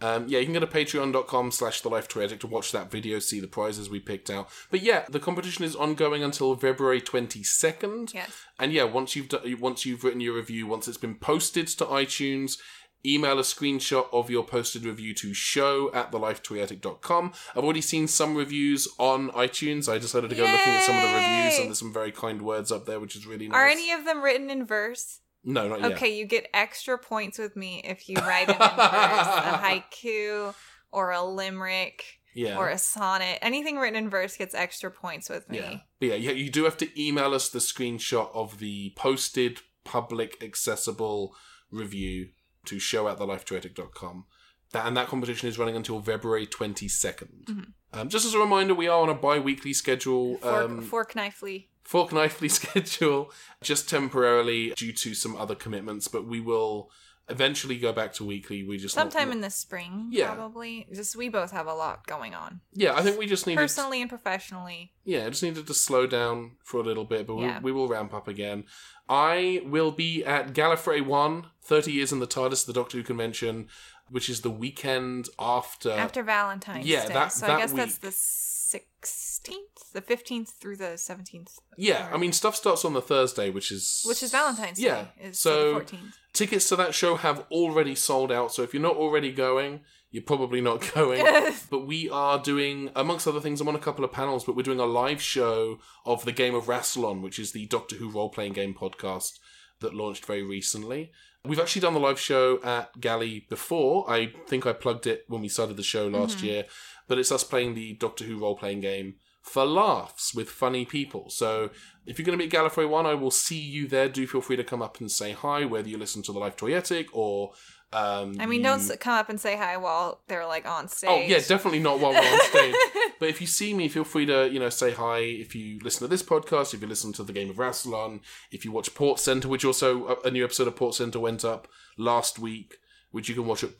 Speaker 1: Um, yeah, you can go to patreon.com slash the life tragic to watch that video, see the prizes we picked out. But yeah, the competition is ongoing until February 22nd.
Speaker 2: Yes.
Speaker 1: And yeah, once you've done, once you've written your review, once it's been posted to iTunes, email a screenshot of your posted review to show at thelifetoyetic.com. I've already seen some reviews on iTunes. I decided to go looking at some of the reviews
Speaker 2: Yay!
Speaker 1: and there's some very kind words up there, which is really nice.
Speaker 2: Are any of them written in verse?
Speaker 1: No, not yet.
Speaker 2: Okay, you get extra points with me if you write it in verse, a haiku or a limerick
Speaker 1: Yeah.
Speaker 2: or a sonnet. Anything written in verse gets extra points with me.
Speaker 1: Yeah. But yeah, you, you do have to email us the screenshot of the posted public accessible review to show at thelifepoetic.com. That, and that competition is running until February 22nd. Um, just as a reminder, we are on a bi weekly schedule.
Speaker 2: Mm-hmm. Fork,
Speaker 1: um,
Speaker 2: fork knifely.
Speaker 1: fork knifely schedule just temporarily due to some other commitments, but we will eventually go back to weekly. We just.
Speaker 2: Sometime in the spring,
Speaker 1: Yeah.
Speaker 2: probably. Just we both have a lot going on,
Speaker 1: Yeah, I think we just need to
Speaker 2: personally and professionally.
Speaker 1: Yeah, I just needed to slow down for a little bit, but
Speaker 2: Yeah.
Speaker 1: we, we will ramp up again. I will be at Gallifrey 1, 30 years in the TARDIS, the Doctor Who convention, which is the weekend after.
Speaker 2: After Valentine's
Speaker 1: Uh, yeah,
Speaker 2: Day,
Speaker 1: that-
Speaker 2: so
Speaker 1: that
Speaker 2: I guess that's
Speaker 1: week.
Speaker 2: the sixteenth, the fifteenth through the seventeenth,
Speaker 1: yeah, I mean, stuff starts on the Thursday, which is.
Speaker 2: which is Valentine's
Speaker 1: Yeah,
Speaker 2: Day. Is so the
Speaker 1: so
Speaker 2: fourteenth.
Speaker 1: tickets to that show have already sold out, so if you're not already going, you're probably not going. but we are doing, amongst other things, I'm on a couple of panels, but we're doing a live show of the Game of Rassilon, which is the Doctor Who role playing game podcast that launched very recently. We've actually done the live show at Galley before. I think I plugged it when we started the show last year, but it's us playing the Doctor Who role playing game for laughs with funny people. So if you're going to be at Gallifrey 1, I will see you there. Do feel free to come up and say hi, whether you listen to the live toyetic or. Um,
Speaker 2: I mean,
Speaker 1: you-
Speaker 2: don't s- come up and say hi while they're like on stage.
Speaker 1: Oh yeah, definitely not while we're on stage. but if you see me, feel free to you know say hi. If you listen to this podcast, if you listen to the game of Rassilon, if you watch Port Center, which also uh, a- a new episode of Port Center went up last week, which you can watch at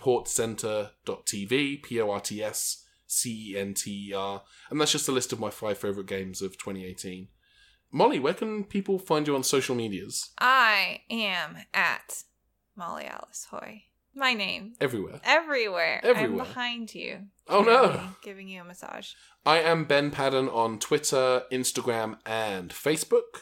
Speaker 1: portcenter.tv, p o r t s c e n t e r, and that's just a list of my five favorite games of 2018. Molly, where can people find you on social medias?
Speaker 2: I am at Molly Alice Hoy. My name
Speaker 1: Everywhere.
Speaker 2: everywhere. I'm
Speaker 1: Everywhere.
Speaker 2: behind you.
Speaker 1: Oh, no.
Speaker 2: Really Giving you a massage.
Speaker 1: I am Ben Padden on Twitter, Instagram, and Facebook.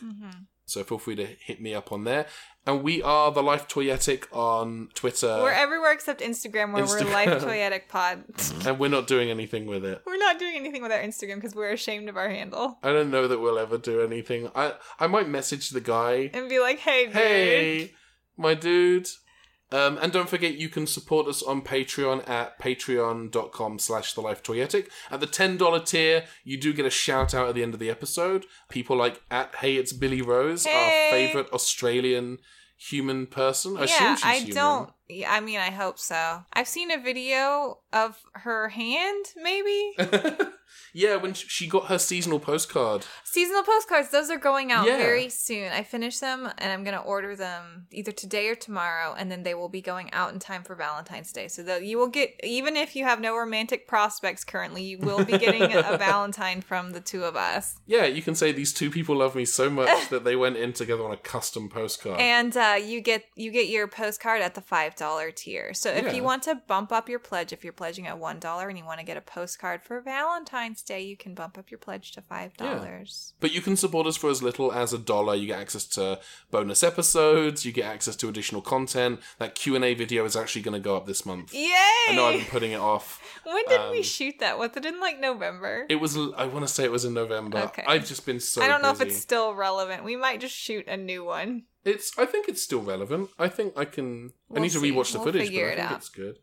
Speaker 1: So feel free to hit me up on there. And we are the Life Toyetic on Twitter.
Speaker 2: we're everywhere except Instagram, where
Speaker 1: Instagram.
Speaker 2: we're Life Toyetic Pod.
Speaker 1: and we're not doing anything with it.
Speaker 2: we're not doing anything with our Instagram because we're ashamed of our handle
Speaker 1: I don't know that we'll ever do anything. I I might message the guy.
Speaker 2: and be like, "Hey, dude."
Speaker 1: Hey, my dude. Um, and don't forget you can support us on Patreon at patreon.com slash the life toyetic. At the ten dollar tier, you do get a shout out at the end of the episode. People like at Hey It's Billy Rose,
Speaker 2: Hey.
Speaker 1: our favourite Australian human person. I assume
Speaker 2: yeah,
Speaker 1: she's
Speaker 2: I
Speaker 1: human.
Speaker 2: don't. yeah, I mean, I hope so. I've seen a video of her hand, maybe
Speaker 1: yeah, when sh- she got her seasonal postcard.
Speaker 2: seasonal postcards. Those are going out
Speaker 1: Yeah.
Speaker 2: very soon. I finished them, and I'm gonna order them either today or tomorrow, and then they will be going out in time for Valentine's Day. So that you will get, even if you have no romantic prospects currently, you will be getting a Valentine from the two of us.
Speaker 1: Yeah, you can say these two people love me so much that they went in together on a custom postcard.
Speaker 2: and uh, you get you get your postcard at the five dollar tier. So if
Speaker 1: Yeah.
Speaker 2: you want to bump up your pledge, if you're pledging at one dollar and you want to get a postcard for Valentine's Day, you can bump up your pledge to five dollars.
Speaker 1: but you can support us for as little as a dollar. You get access to bonus episodes. You get access to additional content. That Q and A video is actually going to go up this month. I
Speaker 2: Yay!
Speaker 1: know I've been putting it off.
Speaker 2: when did we
Speaker 1: um,
Speaker 2: shoot that? Was it in like November?
Speaker 1: It was. I want to say it was in November.
Speaker 2: Okay.
Speaker 1: I've just been so.
Speaker 2: I don't know
Speaker 1: busy.
Speaker 2: if it's still relevant. We might just shoot a new one.
Speaker 1: It's. I think it's still relevant. I think I can. I
Speaker 2: We'll
Speaker 1: need to
Speaker 2: see.
Speaker 1: rewatch the
Speaker 2: We'll
Speaker 1: footage, but
Speaker 2: figure
Speaker 1: I
Speaker 2: it
Speaker 1: think
Speaker 2: out.
Speaker 1: it's good.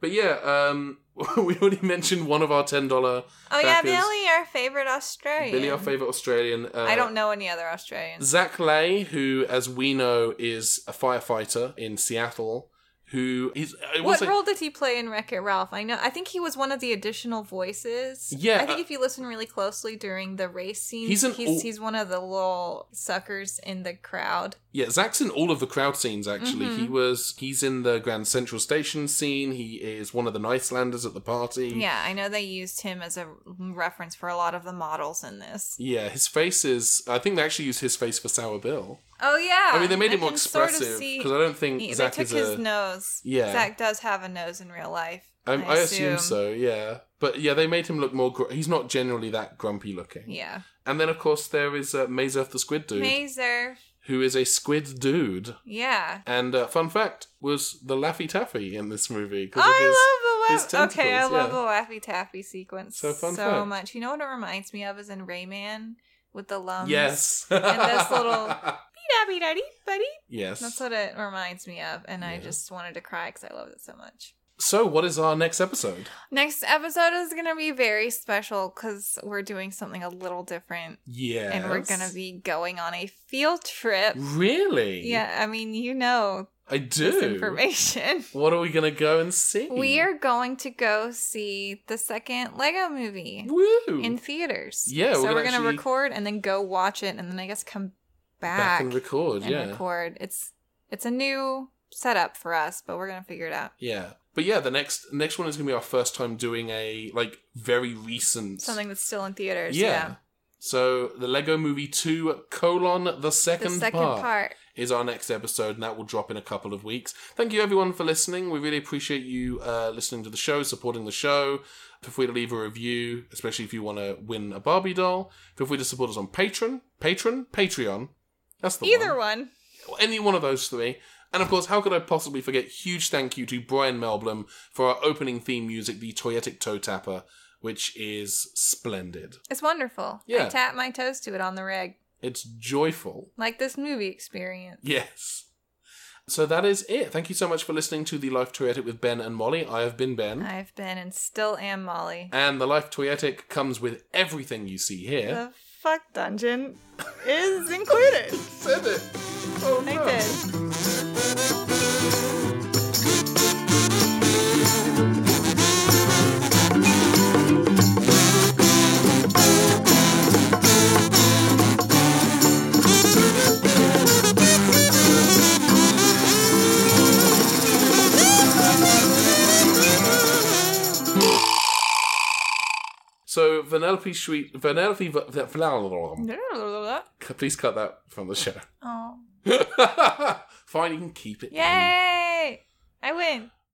Speaker 1: But yeah, um, we already mentioned one of our ten dollar.
Speaker 2: Oh yeah, Billy, our favorite Australian.
Speaker 1: Billy, our favorite Australian. Uh,
Speaker 2: I don't know any other Australians.
Speaker 1: Zach Lay, who, as we know, is a firefighter in Seattle, who is I will
Speaker 2: What
Speaker 1: say-
Speaker 2: role did he play in Wreck It Ralph? I know. I think he was one of the additional voices.
Speaker 1: Yeah,
Speaker 2: I think
Speaker 1: uh,
Speaker 2: if you listen really closely during the race scene,
Speaker 1: He's
Speaker 2: he's
Speaker 1: an ol-
Speaker 2: he's, one of the little suckers in the crowd.
Speaker 1: Yeah, Zach's in all of the crowd scenes actually.
Speaker 2: Mm-hmm.
Speaker 1: He was he's in the Grand Central Station scene. He is one of the Nicelanders at the party.
Speaker 2: Yeah, I know they used him as a reference for a lot of the models in this.
Speaker 1: Yeah, his face is I think they actually used his face for Sour Bill.
Speaker 2: Oh yeah.
Speaker 1: I mean they made it more
Speaker 2: can sort of
Speaker 1: expressive
Speaker 2: see-
Speaker 1: because I don't think
Speaker 2: he- they
Speaker 1: Zach
Speaker 2: took
Speaker 1: is
Speaker 2: his
Speaker 1: a
Speaker 2: nose.
Speaker 1: Yeah.
Speaker 2: Zach does have a nose in real life.
Speaker 1: I, I assume so, yeah. But yeah, they made him look more. Gr- he's not generally that grumpy looking.
Speaker 2: Yeah.
Speaker 1: And then, of course, there is uh, Mazef the Squid Dude,
Speaker 2: Mazer.
Speaker 1: who is a squid dude.
Speaker 2: Yeah.
Speaker 1: And uh, fun fact was the Laffy Taffy in this movie. 'cause of
Speaker 2: I
Speaker 1: his-
Speaker 2: love the Laffy.
Speaker 1: his
Speaker 2: Okay, I
Speaker 1: tentacles,
Speaker 2: love
Speaker 1: yeah.
Speaker 2: the Laffy Taffy sequence
Speaker 1: So
Speaker 2: so,
Speaker 1: fun fact.
Speaker 2: much. You know what it reminds me of is in Rayman with the lums.
Speaker 1: Yes.
Speaker 2: And this little- Be-da, be-da, dee, buddy.
Speaker 1: yes.
Speaker 2: That's what it reminds me of, and I
Speaker 1: Yeah.
Speaker 2: just wanted to cry because I loved it so much.
Speaker 1: So, what is our next episode?
Speaker 2: Next episode is gonna be very special because we're doing something a little different,
Speaker 1: Yeah.
Speaker 2: and we're gonna be going on a field trip.
Speaker 1: Really?
Speaker 2: Yeah, I mean, you know
Speaker 1: I
Speaker 2: this
Speaker 1: do.
Speaker 2: information.
Speaker 1: What are we gonna go and see?
Speaker 2: We are going to go see the second Lego movie.
Speaker 1: Woo.
Speaker 2: in theaters.
Speaker 1: Yeah, we're
Speaker 2: so
Speaker 1: gonna
Speaker 2: we're gonna
Speaker 1: actually-
Speaker 2: record and then go watch it, and then I guess come back,
Speaker 1: back and record.
Speaker 2: and
Speaker 1: yeah.
Speaker 2: record. It's it's a new setup for us, but we're gonna figure it out.
Speaker 1: Yeah. But yeah, the next next one is gonna be our first time doing a like very recent
Speaker 2: Something that's still in theaters.
Speaker 1: Yeah.
Speaker 2: Yeah,
Speaker 1: So the Lego Movie Two colon the
Speaker 2: the
Speaker 1: second,
Speaker 2: second
Speaker 1: part,
Speaker 2: part.
Speaker 1: is our next episode, and that will drop in a couple of weeks. Thank you everyone for listening. We really appreciate you uh, listening to the show, supporting the show. Feel free to leave a review, especially if you want to win a Barbie doll. Feel free to support us on Patreon, Patron, Patreon. That's the
Speaker 2: Either
Speaker 1: one.
Speaker 2: one.
Speaker 1: Any one of those three. And of course, how could I possibly forget? Huge thank you to Brian Melblum for our opening theme music, the Toyetic Toe Tapper, which is splendid.
Speaker 2: It's wonderful.
Speaker 1: Yeah.
Speaker 2: I tap my toes to it on the reg,
Speaker 1: It's joyful.
Speaker 2: like this movie experience.
Speaker 1: Yes. So that is it. Thank you so much for listening to the Life Toyetic with Ben and Molly. I have been Ben.
Speaker 2: I've been and still am Molly.
Speaker 1: And the Life Toyetic comes with everything you see here.
Speaker 2: The fuck dungeon is included.
Speaker 1: Said it. Oh,
Speaker 2: I
Speaker 1: no.
Speaker 2: did.
Speaker 1: So Vanellope Sweet Vanellope Va- Va- Vla- please cut that from the show.
Speaker 2: Oh.
Speaker 1: Fine, you can keep it. in.
Speaker 2: Yay! I win.